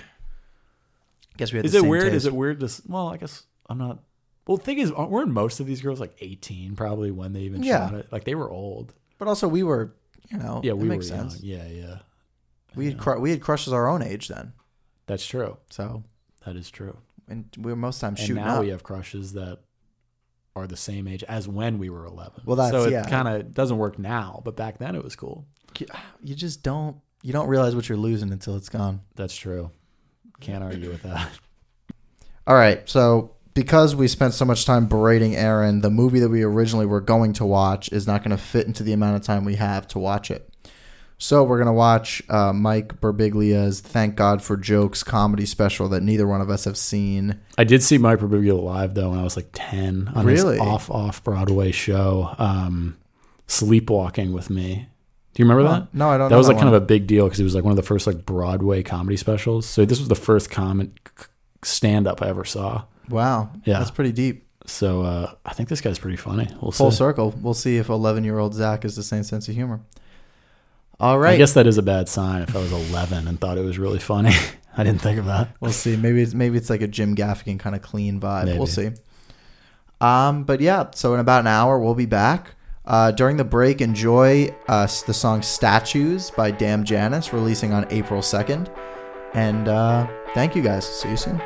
Guess we had. is the it same weird? taste. Is it weird? This well, I guess I'm not. Well, the thing is, aren't- weren't most of these girls like 18 probably when they even Yeah. shot it? Like they were old. But also, we were, you know, Yeah, it we were makes sense. young. Yeah, yeah, We had cru- we had crushes our own age then, that's true. so That is true. and we were most times and shooting now up. we have crushes that are the same age as when we were 11. Well, that's- so it yeah. kind of doesn't work now, but back then it was cool. You just don't you don't realize what you're losing until it's gone. That's true. Can't argue with that. All right, so because we spent so much time berating Aaron, the movie that we originally were going to watch is not going to fit into the amount of time we have to watch it. So we're going to watch uh, Mike Birbiglia's "Thank God for Jokes" comedy special that neither one of us have seen. I did see Mike Birbiglia live though when I was like 10 on Really? this off off Broadway show, um, Sleepwalking with Me. Do you remember that? no, I don't That know was that like kind one. of a big deal because it was like one of the first like Broadway comedy specials. So this was the first comic stand up I ever saw. Wow, Yeah. that's pretty deep. So uh, I think this guy's pretty funny. We'll Full see. circle. We'll see if 11 year old Zach has the same sense of humor. All I right, guess that is a bad sign if I was 11 and thought it was really funny. I didn't think of that. we'll see. Maybe it's maybe it's like a Jim Gaffigan kind of clean vibe. Maybe. We'll see. Um, but yeah, so in about an hour we'll be back. Uh, during the break, enjoy uh, the song "Statues" by Damn Janice, releasing on April second. And uh, thank you guys. See you soon.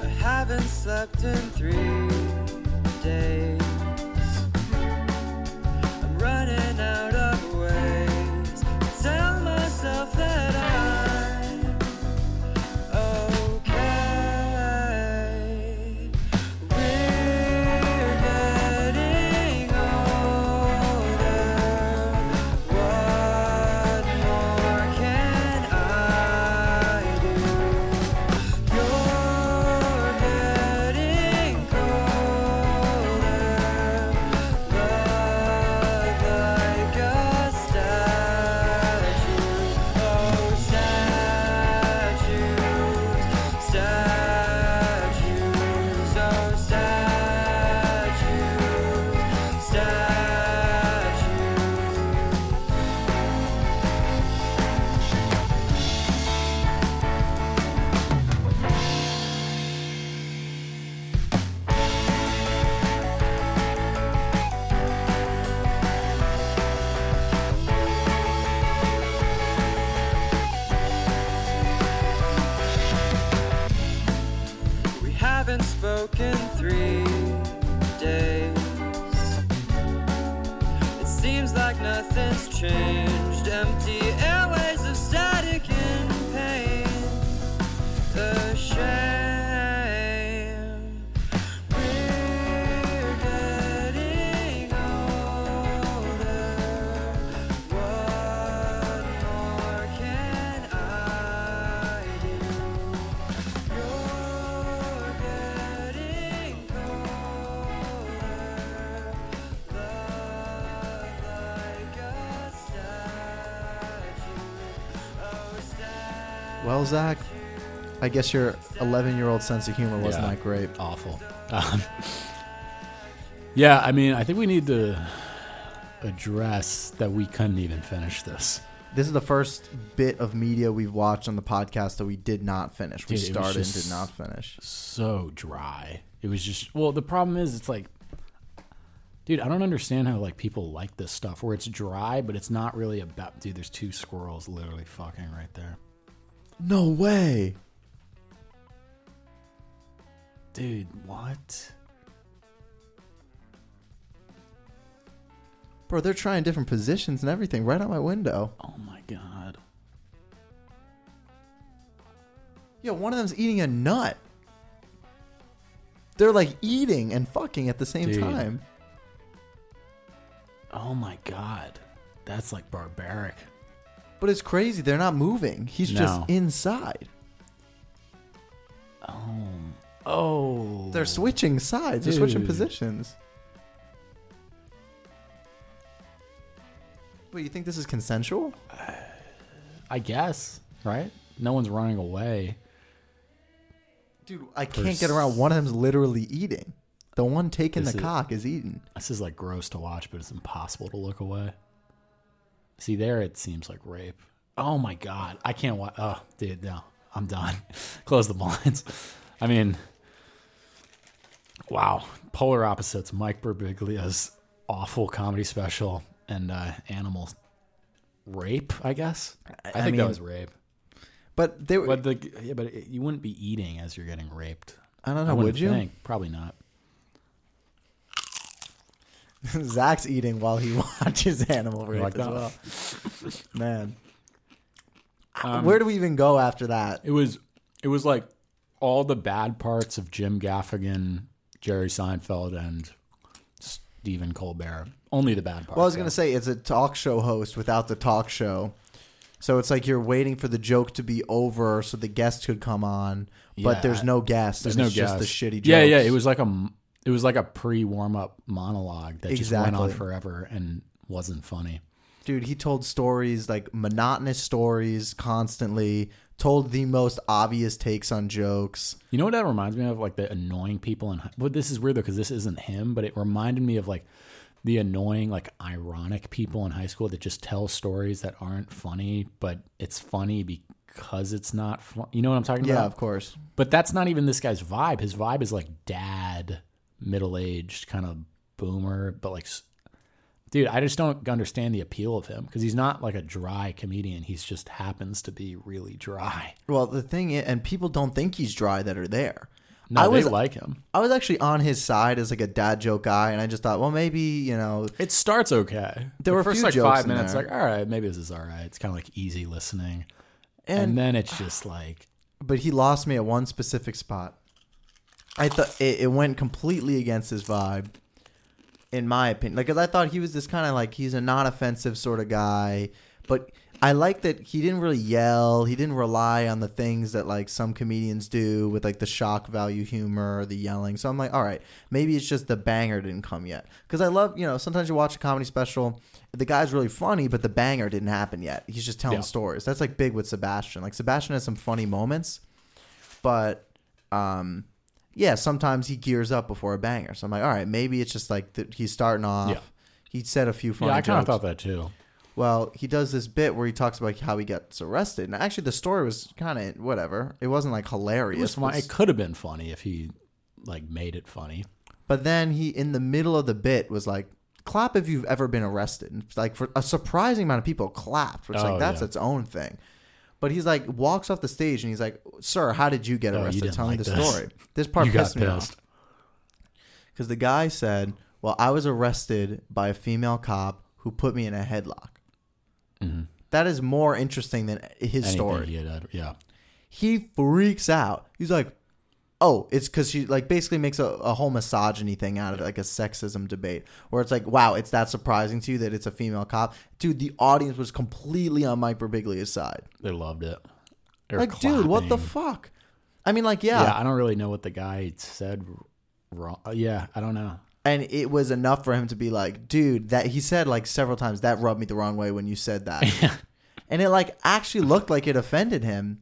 have haven't slept in three days. I'm running out of ways. to Tell myself that I'm okay. We're getting older. What more can I do? You're getting colder, love like a statue. Oh, statues, statues, oh, statues, statues. We haven't spoken three days. It seems like nothing's changed. Empty airways of static and pain. The shame. We're getting older. What more can I do? You're getting colder, love like a statue. Oh, statue. Well, Zach, I guess your 11 year old sense of humor wasn't Yeah. that great. awful. Um, yeah, I mean, I think we need to address that we couldn't even finish this. This is the first bit of media we've watched on the podcast that we did not finish. We Dude, it was started and just- did not finish. So dry. It was just well, the problem is it's like dude, I don't understand how like people like this stuff where it's dry but it's not really about dude, there's two squirrels literally fucking right there. No way. Dude, what? Bro, they're trying different positions and everything right out my window. Oh my god. Yo, one of them's eating a nut. They're like eating and fucking at the same Dude. time. Oh my god. That's like barbaric. But it's crazy. They're not moving. He's just No. inside. Oh. Oh. They're switching sides. They're switching Dude. positions. Wait, you think this is consensual? I guess, right? No one's running away. Dude, I can't get around. One of them's literally eating. The one taking This the is- cock is eating. This is like gross to watch, but it's impossible to look away. See, there it seems like rape. Oh my god, I can't watch. Oh, dude, no, I'm done. Close the blinds. I mean, wow, polar opposites. Mike Birbiglia's awful comedy special and uh, animals. Rape, I guess. I, think mean- that was rape. But they were. But the yeah, but it, you wouldn't be eating as you're getting raped. I don't I know. wouldn't would you? Think. Probably not. Zach's eating while he watches Animal Rape like as that? well. Man, Um, where do we even go after that? It was it was like all the bad parts of Jim Gaffigan, Jerry Seinfeld, and Stephen Colbert. Only the bad parts. Well, I was gonna say it's a talk show host without the talk show, so it's like you're waiting for the joke to be over so the guest could come on, but Yeah. there's no guest. there's and no it's just guess. the shitty. Jokes. Yeah, yeah. It was like a m- it was like a pre warm up monologue that just went on Exactly. forever and wasn't funny. dude. He told stories like monotonous stories constantly. Told the most obvious takes on jokes. You know what that reminds me of? Like the annoying people in. But this is weird though because this isn't him. But it reminded me of like the annoying, like ironic people in high school that just tell stories that aren't funny, but it's funny because it's not. Fun. You know what I'm talking Yeah, about? of course. But that's not even this guy's vibe. His vibe is like dad, middle aged kind of boomer. But like, s- dude, I just don't understand the appeal of him because he's not like a dry comedian. He's just happens to be really dry. Well, the thing is, and people don't think he's dry that are there. No, I they was- like him. I was actually on his side as like a dad joke guy, and I just thought, well, maybe you know, It starts okay. There the were a first few like jokes five in minutes, there. like, all right, maybe this is all right. It's kind of like easy listening, and, and then it's just like but he lost me at one specific spot. I thought it, it went completely against his vibe, in my opinion. Like, 'cause I thought he was this kind of like he's a non-offensive sort of guy, but I like that he didn't really yell. He didn't rely on the things that like some comedians do with like the shock value humor, the yelling. So I'm like, all right, maybe it's just the banger didn't come yet. Because I love, you know, sometimes you watch a comedy special, the guy's really funny, but the banger didn't happen yet. He's just telling Yeah. stories. That's like big with Sebastian. Like Sebastian has some funny moments, but um yeah sometimes he gears up before a banger so i'm like all right maybe it's just like that he's starting off Yeah. he said a few funny yeah. I kind jokes. of thought that too. well he does this bit where he talks about how he gets arrested and actually the story was kind of whatever it wasn't like hilarious It was but fun. It could have been funny if he like made it funny. But then he, in the middle of the bit, was like, "Clap if you've ever been arrested." And it's like for a surprising amount of people clapped, which Oh, like that's yeah. its own thing. But he's like walks off the stage and he's like, "Sir, how did you get Oh, you arrested?" didn't Tell me like the this. story. This part you got pissed me pissed. off because the guy said, "Well, I was arrested by a female cop who put me in a headlock." That is more interesting than his Mm-hmm. Anything story he had had- yeah. he freaks out. He's like, "Oh, it's because she like basically makes a, a whole misogyny thing out of it, like a sexism debate, where it's like, wow, it's that surprising to you that it's a female cop, dude." The audience was completely on Mike Birbiglia's side. They loved it. They were like, dude, what the clapping. fuck? I mean, like, yeah, Yeah. I don't really know what the guy said wrong. uh, Yeah, I don't know. and it was enough for him to be like, dude, that he said like several times that rubbed me the wrong way when you said that, and it like actually looked like it offended him,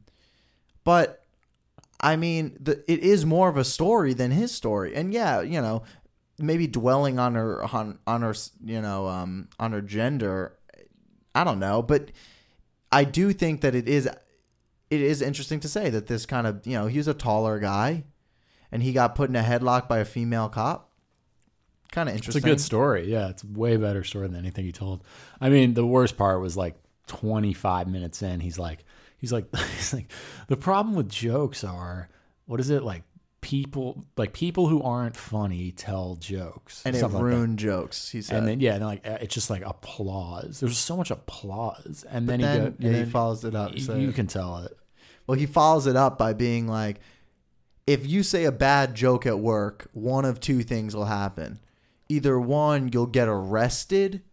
but I mean, the, it is more of a story than his story, and yeah, you know, maybe dwelling on her on on her you know um on her gender, I don't know, but I do think that it is it is interesting to say that this kind of you know he was a taller guy, and he got put in a headlock by a female cop. Kind of It's a interesting. good story. Yeah, it's a way better story than anything he told. I mean, the worst part was like 25 minutes in. He's like, he's like, he's like, the problem with jokes are, what is it like? People like people who aren't funny tell jokes and it something like that. ruined jokes. He said. and then yeah, and like it's just like applause. There's so much applause, and then, Then- he, go, and he follows it up, You, so- you can tell it. well, he follows it up by being like, if you say a bad joke at work, one of two things will happen. Either one, you'll get arrested,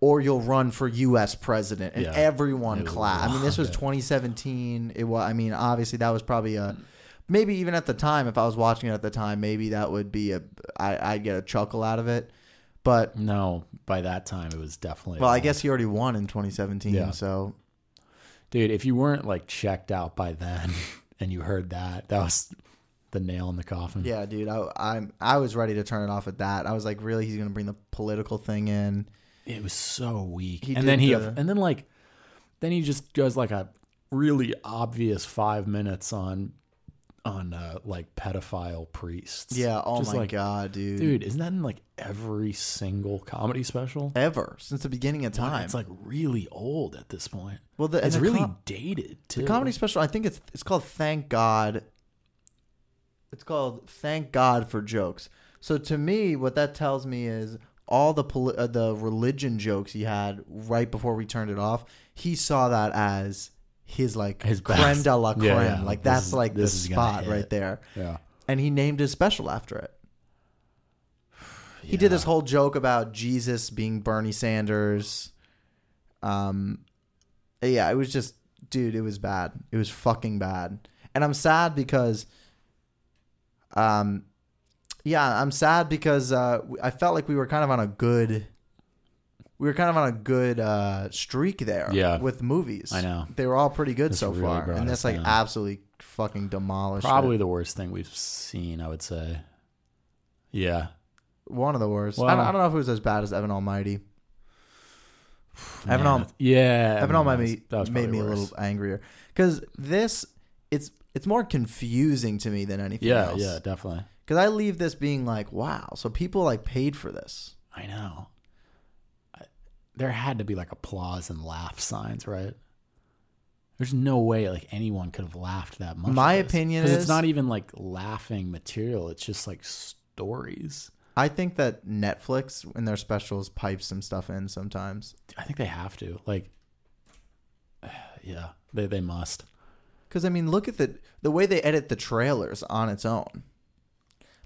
or you'll run for U.S. president, and Yeah. everyone It was clapped. I mean, this was 2017. It was. I mean, obviously, that was probably a. Maybe even at the time, if I was watching it at the time, maybe that would be a. I, I'd get a chuckle out of it, but No, by that time it was definitely. well, I wrong. guess he already won in 2017, Yeah. so dude, if you weren't like checked out by then, and you heard that, that was the nail in the coffin. Yeah, dude, I, I'm I was ready to turn it off at that. I was like, really, he's gonna bring the political thing in? it was so weak. He and then did he, the- and then like, then he just does like a really obvious five minutes on, on uh, like pedophile priests. Yeah. Oh Just my like, god, dude. dude, isn't that in like every single comedy special? ever since the beginning of time. It's like really old at this point. Well, the- and it's the really com- dated too. the comedy special. I think it's it's called Thank God. It's called Thank God for Jokes. So to me, what that tells me is all the poli- uh, the religion jokes he had right before we turned it off. He saw that as his like His best. creme de la creme. Yeah, yeah, Like like, this that's is- like the this is gonna spot hit. right there. Yeah. and he named his special after it. He did this whole joke about Jesus being Bernie Sanders. Um, yeah, it was just, dude, it was bad. It was fucking bad, and I'm sad because, um, yeah, I'm sad because uh, I felt like we were kind of on a good, we were kind of on a good uh, streak there. Yeah. with movies, I know. they were all pretty good This so really far, brought and us that's like down. absolutely fucking demolished. it. Probably the worst thing we've seen, I would say. Yeah. One of the worst. I, Well- don't, I don't know if it was as bad as Evan Almighty. Evan, Man, Al- that's- yeah. Evan Almighty that was made probably me a worse. little angrier because this it's it's more confusing to me than anything Yeah, else. yeah, definitely. Because I leave this being like, wow, so people like paid for this. I know. I, there had to be like applause and laugh signs, right? There's no way like anyone could have laughed that much. My at this. opinion 'Cause is- it's not even like laughing material. It's just like stories. I think that Netflix in their specials pipes some stuff in sometimes I think they have to like. Yeah, they they must. because I mean, look at the the way they edit the trailers on its own.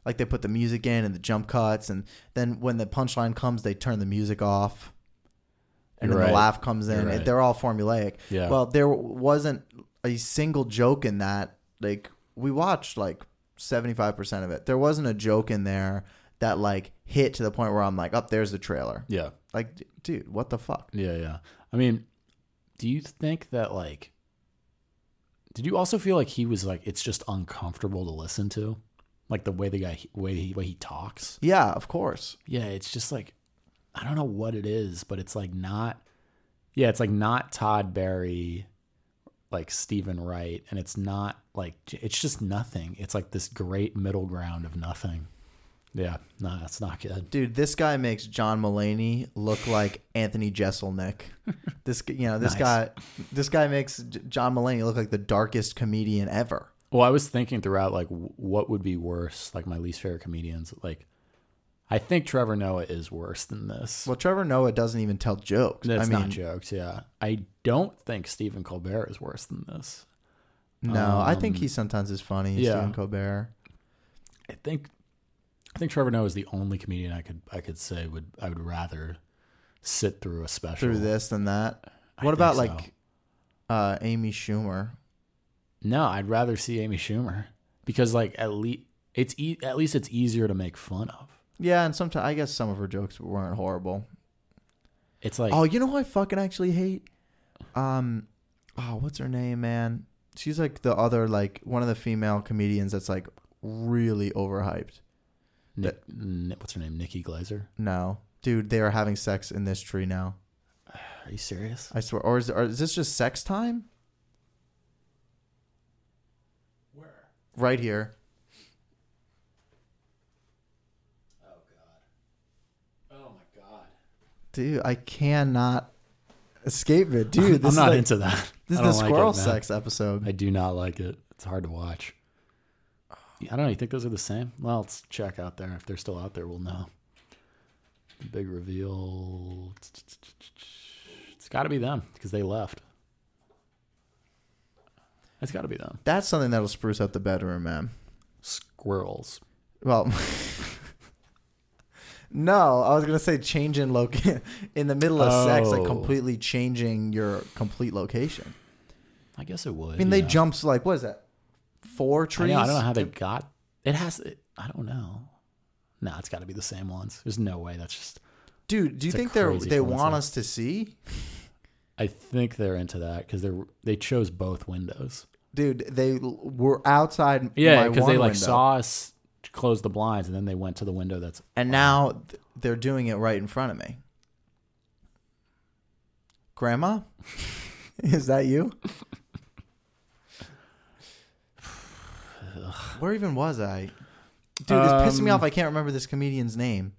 Like they put the music in and the jump cuts, and then when the punchline comes, they turn the music off, and You're then right. the laugh comes in. You're right. They're all formulaic. Yeah. Well, there wasn't a single joke in that. Like we watched like seventy five percent of it. There wasn't a joke in there that like hit to the point where I'm like, up there's the trailer. Yeah. Like, d- dude, what the fuck? Yeah, yeah. I mean, do you think that like did you also feel like he was like it's just uncomfortable to listen to? Like the way the guy way he way he talks? Yeah, of course. Yeah, it's just like I don't know what it is, but it's like not Yeah, it's like not Todd Barry like Stephen Wright and it's not like j- it's just nothing. It's like this great middle ground of nothing. Yeah, no, that's not good. Dude, this guy makes John Mulaney look like Anthony Jeselnik. This, g- you know, this Nice. guy, this guy makes J- John Mulaney look like the darkest comedian ever. Well, I was thinking throughout, like, w- what would be worse? Like, my least favorite comedians. Like, I think Trevor Noah is worse than this. Well, Trevor Noah doesn't even tell jokes. That's I mean, not jokes. Yeah, I don't think Stephen Colbert is worse than this. no, I think he sometimes is funny. Um, yeah. Stephen Colbert. I think, I think Trevor Noah is the only comedian I could I could say would I would rather sit through a special Through this and that. I What think about so. like uh, Amy Schumer? No, I'd rather see Amy Schumer because, like, at least it's e- at least it's easier to make fun of. Yeah, and sometimes I guess some of her jokes weren't horrible. It's like, oh, you know who I fucking actually hate? Um, oh, what's her name, man? She's like the other, like one of the female comedians that's like really overhyped. Nick, Ni- what's her name? Nikki Glazer. No, dude, they are having sex in this tree now. Are you serious? I swear. Or is, or is this just sex time? Where? Right here. Oh my god. Dude, I cannot escape it, dude. This I'm is not like- into that. this I is the don't like squirrel it, man. sex episode. I do not like it. It's hard to watch. I don't know. You think those are the same? Well, let's check out there. If they're still out there, we'll know. The big reveal. It's got to be them because they left. It's got to be them. That's something that'll spruce up the bedroom, man. Squirrels. Well, no, I was gonna say change in location in the middle of sex, like Oh. completely changing your complete location. I guess it would. I mean, they jumped like what is that? Four I, trees. know, I don't know how they got. It has. It, I don't know. No, it's got to be the same ones. There's no way. That's just. dude. Do you It's a think they crazy they want concept. us to see, I think they're into that because they're they chose both windows. dude? They l- were outside. Yeah, my because one they like window, saw us close the blinds and then they went to the window that's and now th- they're doing it right in front of me. Grandma, is that you? Where even was I? Dude, it's pissing me Um, off. I can't remember this comedian's name.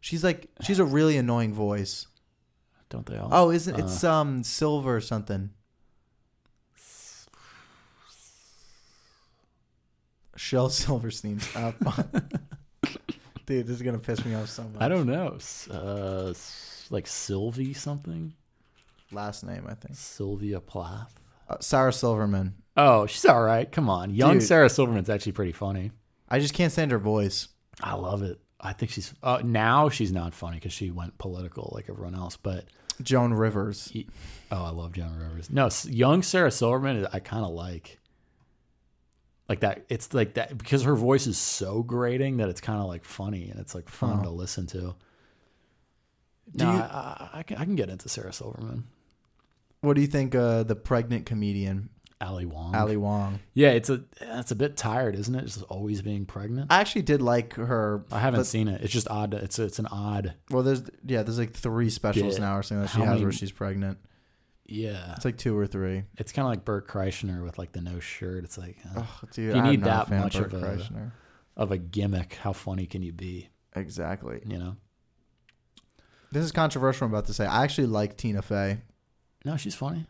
She's like, she's a really annoying voice. don't they all? Uh. Oh, isn't it's um silver or something? Shell Silverstein's up. Dude, this is gonna piss me off so much. I don't know. S- Uh, s- like Sylvie something, last name. I think Sylvia Plath. uh, Sarah Silverman. Oh, she's all right. Come on, young Dude. Sarah Silverman's actually pretty funny. I just can't stand her voice. I love it. I think she's uh, now she's not funny because she went political like everyone else. But Joan Rivers. he- oh, I love John Rivers. No, s- young Sarah Silverman, I kind of like. Like that, it's like that because her voice is so grating that it's kind of like funny and it's like fun to listen to. Do no, you- I, I, I, can, I can get into Sarah Silverman, What do you think? Uh, the pregnant comedian Ali Wong. Ali Wong. yeah, it's a it's a bit tired, isn't it? Just always being pregnant. I, I actually did like her. haven't but- seen it. It's just odd. to- It's it's an odd. Well, there's yeah, there's like three specials Yeah. now or something that she How has many- where she's pregnant. Yeah, It's like two or three. it's kind of like Burt Kreischer with like the no shirt. It's like uh, Oh, dude, You I'm need not that a fan much of, Bert of a- Kreischer. of a gimmick. How funny can you be? Exactly. You know. This is controversial. I'm about to say. I actually like Tina Fey. No, she's funny.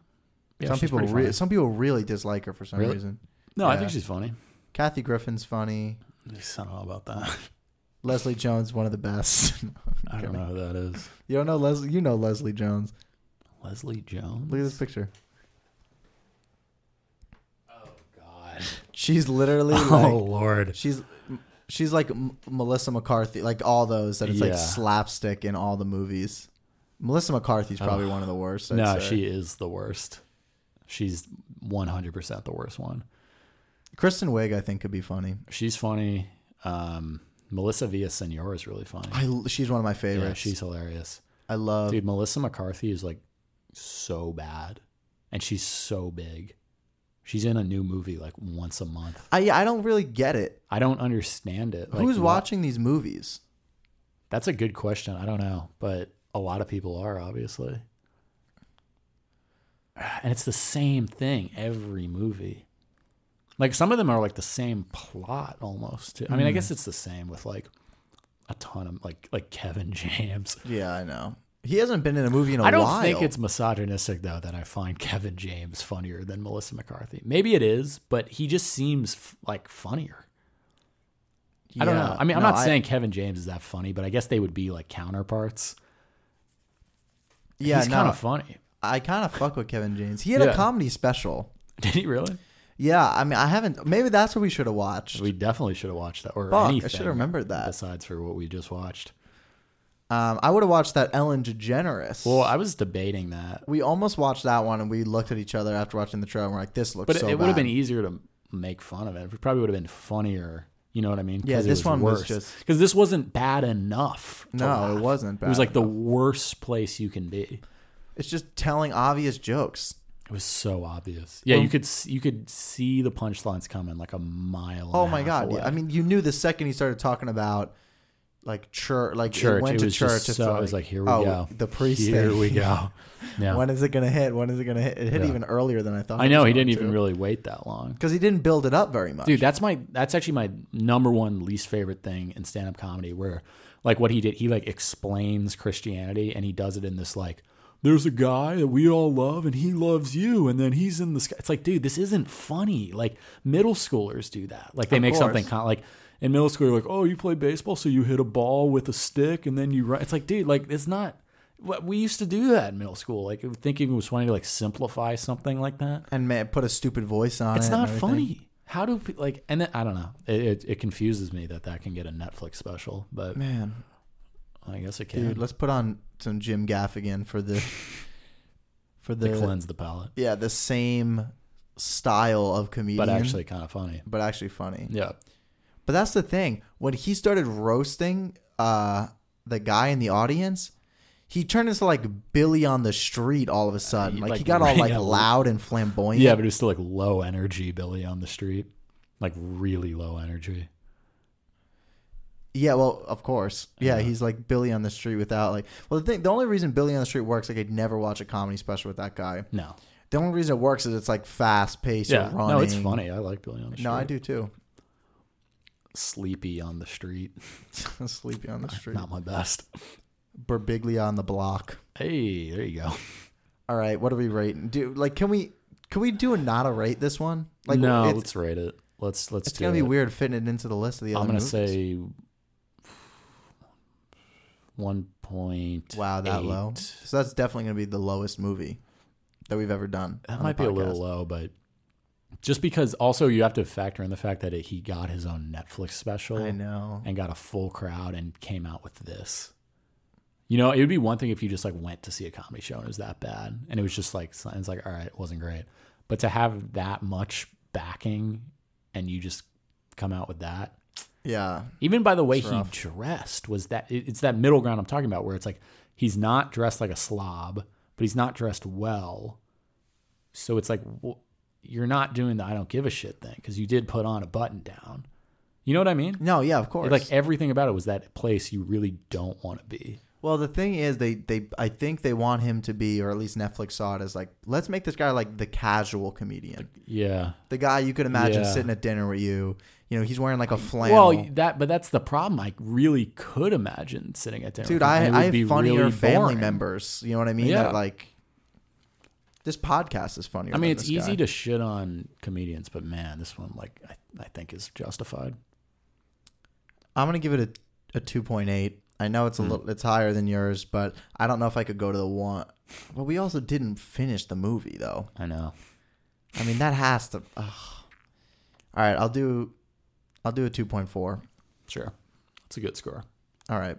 Yeah, some she's people pretty re- funny. some people really dislike her for some Really? reason. No, I think Yeah. she's funny. Kathy Griffin's funny. Just, I don't know about that. Leslie Jones, one of the best. No, I'm I don't kidding. know who that is. You don't know Leslie. You know Leslie Jones. Leslie Jones. Look at this picture. Oh, God. She's literally Oh like Lord. she's she's like M- Melissa McCarthy, like all those that it's Yeah. like slapstick in all the movies. Melissa McCarthy's probably one of the worst. I'd No, say. she is the worst. She's 100% the worst one. Kristen Wiig, I think, could be funny. She's funny. Um, Melissa Villasenor is really funny. I l- she's one of my favorites. Yeah, she's hilarious. I love. Dude, Melissa McCarthy is like so bad, and she's so big. She's in a new movie like once a month. I yeah, I don't really get it. I don't understand it. Like, Who's wha- watching these movies? That's a good question. I don't know, but a lot of people are obviously. And it's the same thing every movie. Like some of them are like the same plot almost. Too. I mean, I Hmm. guess it's the same with like a ton of like like Kevin James. Yeah, I know. He hasn't been in a movie in a I don't while. think it's misogynistic though that I find Kevin James funnier than Melissa McCarthy. Maybe it is, but he just seems f- like funnier. I don't know. Yeah. I mean, I'm No, not I- saying Kevin James is that funny, but I guess they would be like counterparts. Yeah, he's no, kind of funny. I kind of fuck with Kevin James. He had Yeah. a comedy special. Did he really? Yeah, I mean, I haven't. Maybe that's what we should have watched. We definitely should have watched that or Fuck, I anything. should have remembered that. Besides for what we just watched. Um, I would have watched that Ellen DeGeneres. Well, I was debating that, we almost watched that one, and we looked at each other after watching the trailer. and We're like, "This looks but it- so it, would have bad. been easier to make fun of it. It probably would have been funnier. You know what I mean? Yeah, 'Cause it this one was just- because this wasn't bad enough. to No, laugh. it wasn't It was bad like the worst place you can be. It's just telling obvious jokes. It was so obvious. Yeah, you could s- you could see the punchlines coming like a mile. and Oh a my half god! away. Yeah. I mean, you knew the second he started talking about like church, like it church. went it to was church. just it's so. it was like here we oh, go. The priest. Here thing. we go. Yeah. When is it gonna hit? When is it gonna hit? It hit Yeah. even earlier than I thought. I know he didn't even really wait that long. because he didn't build it up very much. dude that's my that's actually my number one least favorite thing in stand-up comedy where like what he did he like explains christianity and he does it in this like there's a guy that we all love and he loves you and then he's in the sky it's like dude this isn't funny like middle schoolers do that like they Of make course. something con- like in middle school you're like oh you play baseball so you hit a ball with a stick and then you run it's like dude like it's not what we used to do that in middle school like thinking it was funny to like simplify something like that and man, put a stupid voice on it. it's and not everything. funny. How do pe- like and then, I don't know. It, it it confuses me that that can get a Netflix special, but man. I guess it can. Dude, let's put on some Jim Gaffigan for the for the to cleanse the palate, yeah the same style of comedian, but actually kind of funny. but actually funny. Yeah, But that's the thing. When he started roasting uh, the guy in the audience, he turned into like Billy on the street all of a sudden. he, Like, he like, got all like yeah. loud and flamboyant. yeah, but it was still like low energy Billy on the street, like really low energy. Yeah, well, of course. Yeah, he's like Billy on the street without like. Well, the thing, the only reason Billy on the street works, like I'd never watch a comedy special with that guy. No, The only reason it works is it's like fast paced. yeah, or running. no, it's funny. I like Billy on the street. No, I do too. Sleepy on the street, Sleepy on the street. not my best. Berbiglia on the block. Hey, there you go. All right, what are we rating? Do like can we can we do a not a rate this one? Like no, it's, let's rate it. Let's let's. it's do gonna be it. weird fitting it into the list of the other. I'm gonna movies. say one point. wow that low. So that's definitely gonna be the lowest movie that we've ever done. on That the might be a little podcast. low, but just because also you have to factor in the fact that he got his own Netflix special I know. and got a full crowd and came out with this. You know, it would be one thing if you just like went to see a comedy show and it was that bad, and it was just like it's like all right, it wasn't great, but to have that much backing and you just come out with that Yeah, even by the way It's he rough. dressed was that it- it's that middle ground I'm talking about where it's like he's not dressed like a slob, but he's not dressed well. So it's like wh- you're not doing the I don't give a shit thing because you did put on a button down. You know what I mean? no, yeah, of course. Like everything about it was that place you really don't want to be. well, the thing is, they they I think they want him to be, or at least Netflix saw it as like, let's make this guy like the casual comedian, Yeah. the guy you could imagine Yeah. sitting at dinner with you. You know, he's wearing like a flannel. Well, that but that's the problem. I really could imagine sitting at dinner, dude with him, i and it i would be have funnier really family boring. members you know what i mean Yeah. that like This podcast is funnier. I mean, than it's this easy guy. to shit on comedians, but man, this one, like, I, I think is justified. I'm gonna give it a, a 2.8. I know Hmm. it's a little, it's higher than yours, but I don't know if I could go to the one. But we also didn't finish the movie though. I know. I mean, that has to. Ugh. All right, I'll do, I'll do a 2.4. All Sure. It's a good score. right.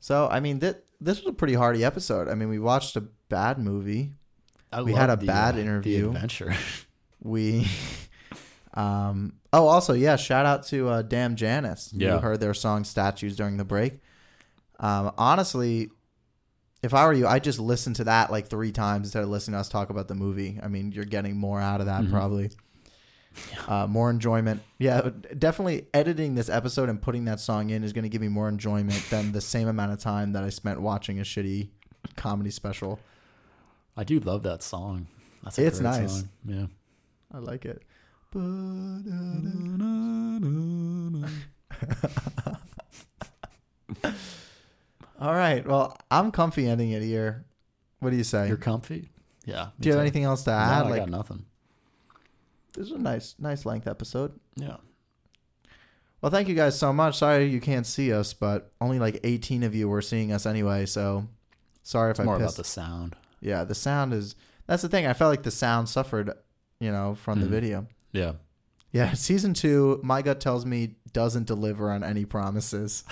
So I mean that this was a pretty hearty episode. I mean, we watched a bad movie. I We had love a bad the interview. adventure. we um oh also yeah shout out to uh damn janice Yeah. you heard their song statues during the break um honestly if i were you i'd just listen to that like three times instead of listening to us talk about the movie i mean you're getting more out of that probably uh, more enjoyment yeah definitely editing this episode and putting that song in is going to give me more enjoyment than the same amount of time that i spent watching a shitty comedy special I do love that song. That's a It's great nice. Song. Yeah. i like it All right. Well, I'm comfy ending it here. What do you say? You're comfy. Yeah. me do you have too. anything else to No, add? I like got nothing. this is a nice, nice length episode. Yeah. Well, thank you guys so much. Sorry you can't see us, but only like 18 of you were seeing us anyway. So sorry if It's I more about pissed. the sound. Yeah, the sound is. That's the thing. I felt like the sound suffered, you know, from Hmm. the video. Yeah. Yeah, season two, my gut tells me doesn't deliver on any promises.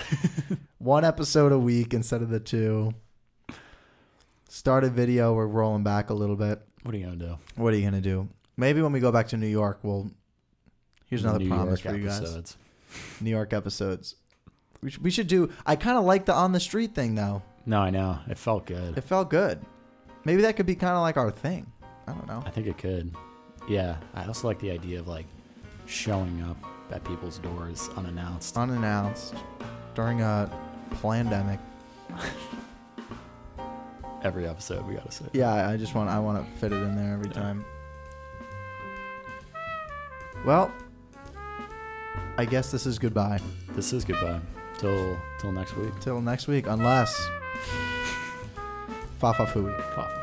One episode a week instead of the two. Started video, we're rolling back a little bit. What are you gonna do? What are you gonna do? Maybe when we go back to New York, we'll. Here's another New promise York for you guys. episodes. New York episodes. We should, we should do. I kind of like the on the street thing though. No, I know. It felt good. It felt good. Maybe that could be kind of like our thing. I don't know. I think it could. Yeah. I also like the idea of like showing up at people's doors unannounced. Unannounced during a pandemic. Every episode, we gotta say. Yeah, I I just want I want to fit it in there every time. Well, I guess this is goodbye. This is goodbye. Till till next week. Till next week, unless fa fa fooey. Fuck.